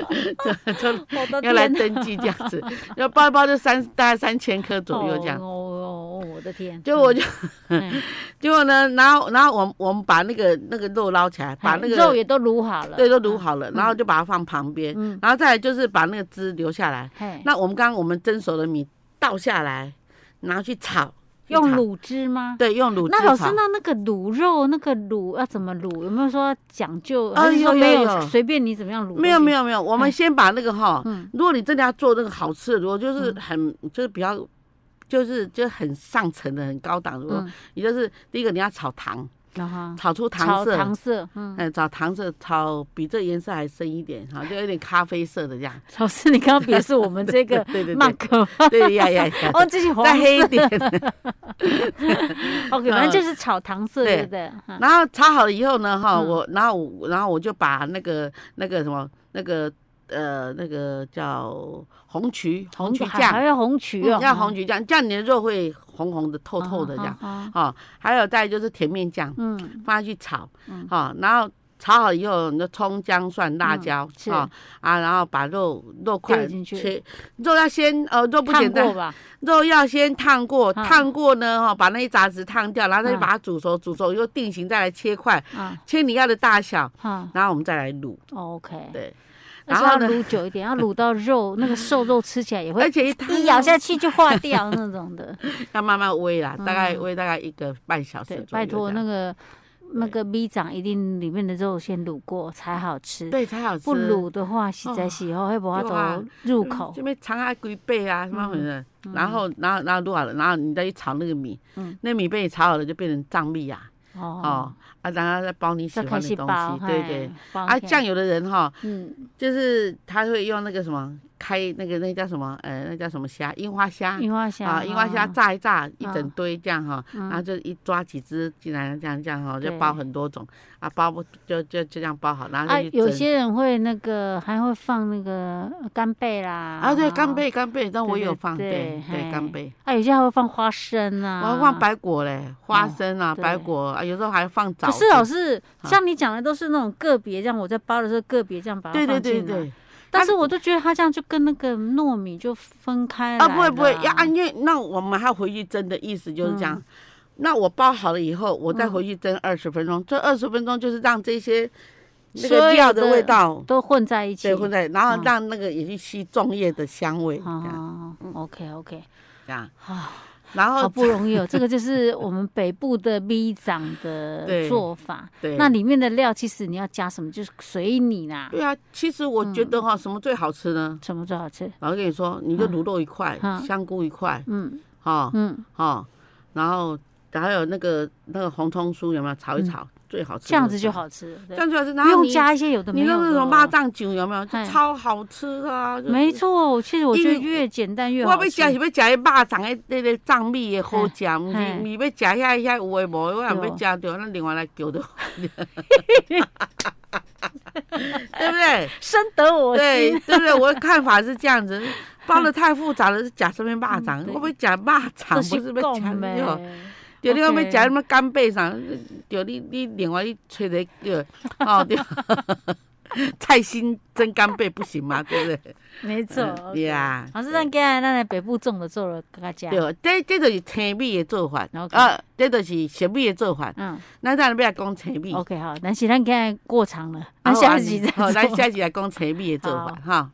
[SPEAKER 2] 我的
[SPEAKER 1] 要来
[SPEAKER 2] 哦天哪
[SPEAKER 1] 登记这样子，要包一包就三大概三千颗左右这样
[SPEAKER 2] 哦。哦哦，我的天，
[SPEAKER 1] 就我就
[SPEAKER 2] 嗯
[SPEAKER 1] 结果呢，然后然后我们我们把那个那个肉捞起来，把那个
[SPEAKER 2] 肉也都卤好了，啊
[SPEAKER 1] 对都卤好了，然后就把它放旁边，
[SPEAKER 2] 嗯，
[SPEAKER 1] 然后再来就是把那个汁留下来。
[SPEAKER 2] 嘿，
[SPEAKER 1] 那我们刚刚我们蒸熟的米倒下来，拿去炒，
[SPEAKER 2] 用
[SPEAKER 1] 炒
[SPEAKER 2] 卤汁吗？
[SPEAKER 1] 对，用卤汁
[SPEAKER 2] 那老师
[SPEAKER 1] 炒，
[SPEAKER 2] 那那个卤肉那个卤呃要怎么卤？有没有说讲究？
[SPEAKER 1] 啊
[SPEAKER 2] 还是
[SPEAKER 1] 有
[SPEAKER 2] 说
[SPEAKER 1] 有
[SPEAKER 2] 没有
[SPEAKER 1] 有
[SPEAKER 2] 随便你怎么样卤？
[SPEAKER 1] 没有没
[SPEAKER 2] 有，
[SPEAKER 1] 有没有，我们
[SPEAKER 2] 哎
[SPEAKER 1] 先把那个哈，
[SPEAKER 2] 嗯
[SPEAKER 1] 如果你真的要做那个好吃的卤肉，就是很就是比较就是就很上层的、很高档的卤肉，
[SPEAKER 2] 嗯，
[SPEAKER 1] 也就是第一个你要炒糖，
[SPEAKER 2] 然后
[SPEAKER 1] 炒出
[SPEAKER 2] 炒
[SPEAKER 1] 糖色，
[SPEAKER 2] 糖色，嗯，
[SPEAKER 1] 哎，炒糖色，炒比这颜色还深一点哈，就有点咖啡色的这样。
[SPEAKER 2] 老师你刚刚别是我们这个
[SPEAKER 1] 对对对
[SPEAKER 2] mark
[SPEAKER 1] 对呀呀呀，
[SPEAKER 2] 哦，这是黄
[SPEAKER 1] 再黑嗯一点。
[SPEAKER 2] OK，反正就是炒糖色，对不对？嗯
[SPEAKER 1] 然后炒好了以后呢，哈，
[SPEAKER 2] 嗯
[SPEAKER 1] 我然后我然后我就把那个那个什么那个呃那个叫红曲红曲
[SPEAKER 2] 还还
[SPEAKER 1] 酱，
[SPEAKER 2] 要红曲哦
[SPEAKER 1] 嗯，要红曲酱，这样你的肉会红红的、透透的这样。
[SPEAKER 2] 样。
[SPEAKER 1] 哦，还有再就是甜面酱，
[SPEAKER 2] 嗯，
[SPEAKER 1] 放下去炒
[SPEAKER 2] 嗯，
[SPEAKER 1] 好、然后炒好以后，你就葱、姜、蒜、辣
[SPEAKER 2] 嗯
[SPEAKER 1] 椒，
[SPEAKER 2] 是
[SPEAKER 1] 啊啊，然后把肉肉块
[SPEAKER 2] 进去
[SPEAKER 1] 切，肉要先呃肉不
[SPEAKER 2] 烫
[SPEAKER 1] 简单
[SPEAKER 2] 过，吧？
[SPEAKER 1] 肉要先烫过，
[SPEAKER 2] 啊
[SPEAKER 1] 烫过呢哈、把那些杂质烫掉，然后再
[SPEAKER 2] 啊
[SPEAKER 1] 把它煮熟，煮熟以后定型再来切块，
[SPEAKER 2] 啊
[SPEAKER 1] 切你要的大小，
[SPEAKER 2] 哈
[SPEAKER 1] 然后我们再来卤，
[SPEAKER 2] ，OK。
[SPEAKER 1] 对，
[SPEAKER 2] 而
[SPEAKER 1] 然
[SPEAKER 2] 且要
[SPEAKER 1] 后呢，
[SPEAKER 2] 卤久一点，要卤到肉那个瘦肉吃起来也
[SPEAKER 1] 而
[SPEAKER 2] 会
[SPEAKER 1] 且一烫
[SPEAKER 2] 一咬下去就化掉那种的。
[SPEAKER 1] 要慢慢煨啦，大概
[SPEAKER 2] 嗯
[SPEAKER 1] 煨大概一个半小时
[SPEAKER 2] 对，
[SPEAKER 1] 左
[SPEAKER 2] 拜
[SPEAKER 1] 右这
[SPEAKER 2] 托
[SPEAKER 1] 样，
[SPEAKER 2] 那个那个 V 长一定里面的肉先卤过才好吃，
[SPEAKER 1] 对才好吃，
[SPEAKER 2] 不卤的话实在是以后会不法
[SPEAKER 1] 对啊
[SPEAKER 2] 走入口
[SPEAKER 1] 这。边长啊、龟背啊，什么回事？
[SPEAKER 2] 嗯
[SPEAKER 1] 然后，然后，然后卤好了，然后你再去炒那个米，
[SPEAKER 2] 嗯
[SPEAKER 1] 那米被你炒好了就变成藏米啊，哦，啊，然后再包你喜
[SPEAKER 2] 再
[SPEAKER 1] 欢
[SPEAKER 2] 开
[SPEAKER 1] 的
[SPEAKER 2] 始
[SPEAKER 1] 东
[SPEAKER 2] 包，
[SPEAKER 1] 西，对
[SPEAKER 2] 嘿
[SPEAKER 1] 对。，
[SPEAKER 2] 包
[SPEAKER 1] 啊，
[SPEAKER 2] 起来
[SPEAKER 1] 像有的人哈，
[SPEAKER 2] 嗯，
[SPEAKER 1] 就是他会用那个什么开那个那叫什么呃那叫什么虾，樱花虾
[SPEAKER 2] 樱花虾
[SPEAKER 1] 啊，樱花虾
[SPEAKER 2] 哦
[SPEAKER 1] 炸一炸一
[SPEAKER 2] 啊
[SPEAKER 1] 整堆这样哈，然后就一抓几只进来这样这样哈，就
[SPEAKER 2] 对
[SPEAKER 1] 包很多种啊，包不就就就这样包好，然后
[SPEAKER 2] 啊，
[SPEAKER 1] 就去
[SPEAKER 2] 有
[SPEAKER 1] 蒸
[SPEAKER 2] 些人会那个还会放那个干贝啦，
[SPEAKER 1] 啊对干
[SPEAKER 2] 哈
[SPEAKER 1] 贝干贝，但我
[SPEAKER 2] 哦对
[SPEAKER 1] 有
[SPEAKER 2] 对
[SPEAKER 1] 放对
[SPEAKER 2] 对
[SPEAKER 1] 对干
[SPEAKER 2] 嘿
[SPEAKER 1] 贝。
[SPEAKER 2] 啊，有些还会放花生啊，哦
[SPEAKER 1] 我还放白果嘞，花生啊，
[SPEAKER 2] 对
[SPEAKER 1] 白果啊，有时候还放枣
[SPEAKER 2] 可
[SPEAKER 1] 子。
[SPEAKER 2] 是老师，
[SPEAKER 1] 啊
[SPEAKER 2] 像你讲的都是那种个别这样，我在包的时候个别这样把它
[SPEAKER 1] 对对
[SPEAKER 2] 放
[SPEAKER 1] 对
[SPEAKER 2] 进来。
[SPEAKER 1] 对，
[SPEAKER 2] 但是
[SPEAKER 1] 啊
[SPEAKER 2] 我都觉得它这样就跟那个糯米就分开
[SPEAKER 1] 啊
[SPEAKER 2] 来
[SPEAKER 1] 不会不会
[SPEAKER 2] 了，
[SPEAKER 1] 要按月，那我们还要回去蒸的意思就是这样。
[SPEAKER 2] 嗯
[SPEAKER 1] 那我包好了以后，我再回去蒸二十分钟。
[SPEAKER 2] 嗯
[SPEAKER 1] 这二十分钟就是让这些那
[SPEAKER 2] 所有
[SPEAKER 1] 个料的
[SPEAKER 2] 的
[SPEAKER 1] 味道
[SPEAKER 2] 都混在一起。
[SPEAKER 1] 对混在，然后
[SPEAKER 2] 嗯
[SPEAKER 1] 让那个也去吸粽叶的香味，这样嗯
[SPEAKER 2] 啊，OK OK，
[SPEAKER 1] 这样。
[SPEAKER 2] 啊，
[SPEAKER 1] 然
[SPEAKER 2] 好
[SPEAKER 1] 后
[SPEAKER 2] 不容 易哦，这个就是我们北部的 V 长的
[SPEAKER 1] 对
[SPEAKER 2] 做法。
[SPEAKER 1] 对，
[SPEAKER 2] 那里面的料其实你要加什么，就是随你啦。
[SPEAKER 1] 对啊，其实我觉得哈，什么最好吃呢？
[SPEAKER 2] 什么最好吃？
[SPEAKER 1] 老师跟你说，你就
[SPEAKER 2] 嗯
[SPEAKER 1] 卤肉一块
[SPEAKER 2] 嗯，
[SPEAKER 1] 香菇一块，
[SPEAKER 2] 嗯
[SPEAKER 1] 哈，
[SPEAKER 2] 嗯，
[SPEAKER 1] 哦，然后还有那个那个红葱酥有没有炒一炒、最好吃？
[SPEAKER 2] 嗯这样子就，好吃了，
[SPEAKER 1] 这
[SPEAKER 2] 对
[SPEAKER 1] 样就好吃。然
[SPEAKER 2] 不
[SPEAKER 1] 后
[SPEAKER 2] 用
[SPEAKER 1] 你
[SPEAKER 2] 加一些有的没
[SPEAKER 1] 你
[SPEAKER 2] 有
[SPEAKER 1] 那个
[SPEAKER 2] 的
[SPEAKER 1] 什么
[SPEAKER 2] 哦
[SPEAKER 1] 八丈酒有没有？就
[SPEAKER 2] 嗨
[SPEAKER 1] 超好吃啊！就是
[SPEAKER 2] 没，错，其实我觉得
[SPEAKER 1] 因为
[SPEAKER 2] 越简单越
[SPEAKER 1] 我
[SPEAKER 2] 好
[SPEAKER 1] 要食
[SPEAKER 2] 吃。
[SPEAKER 1] 是要食迄肉掌的那个藏米的好食，毋是
[SPEAKER 2] 嘿
[SPEAKER 1] 毋是要食遐遐有诶无的，我若
[SPEAKER 2] 对
[SPEAKER 1] 要
[SPEAKER 2] 哦
[SPEAKER 1] 食着，咱另外来叫着。 对不对？
[SPEAKER 2] 深得我
[SPEAKER 1] 对
[SPEAKER 2] 心。
[SPEAKER 1] 对不对？我的看法是这样子，包的太复杂了，是假什么霸掌
[SPEAKER 2] 嗯？对
[SPEAKER 1] 我不假霸掌，
[SPEAKER 2] 这
[SPEAKER 1] 不是被
[SPEAKER 2] 讲
[SPEAKER 1] 讲
[SPEAKER 2] 的
[SPEAKER 1] 哟。对，你要要
[SPEAKER 2] OK
[SPEAKER 1] 食什么干贝啥？对，你你另外你吹个对，哦对， 菜心蒸干贝不行嘛，对不对？
[SPEAKER 2] 没错
[SPEAKER 1] 嗯。
[SPEAKER 2] OK 哦
[SPEAKER 1] 对啊
[SPEAKER 2] 老师，咱今日咱来北部种的做了，大家。
[SPEAKER 1] 对，这这就是青米的做法，
[SPEAKER 2] OK
[SPEAKER 1] 啊，这就是小米的做法。
[SPEAKER 2] 嗯
[SPEAKER 1] 那咱要来讲青米，
[SPEAKER 2] 哦，OK，好，但是咱今日过长了，
[SPEAKER 1] 啊
[SPEAKER 2] 那下一集再
[SPEAKER 1] 好，咱
[SPEAKER 2] 做。
[SPEAKER 1] 下一集来讲青米的做法
[SPEAKER 2] 好
[SPEAKER 1] 哈。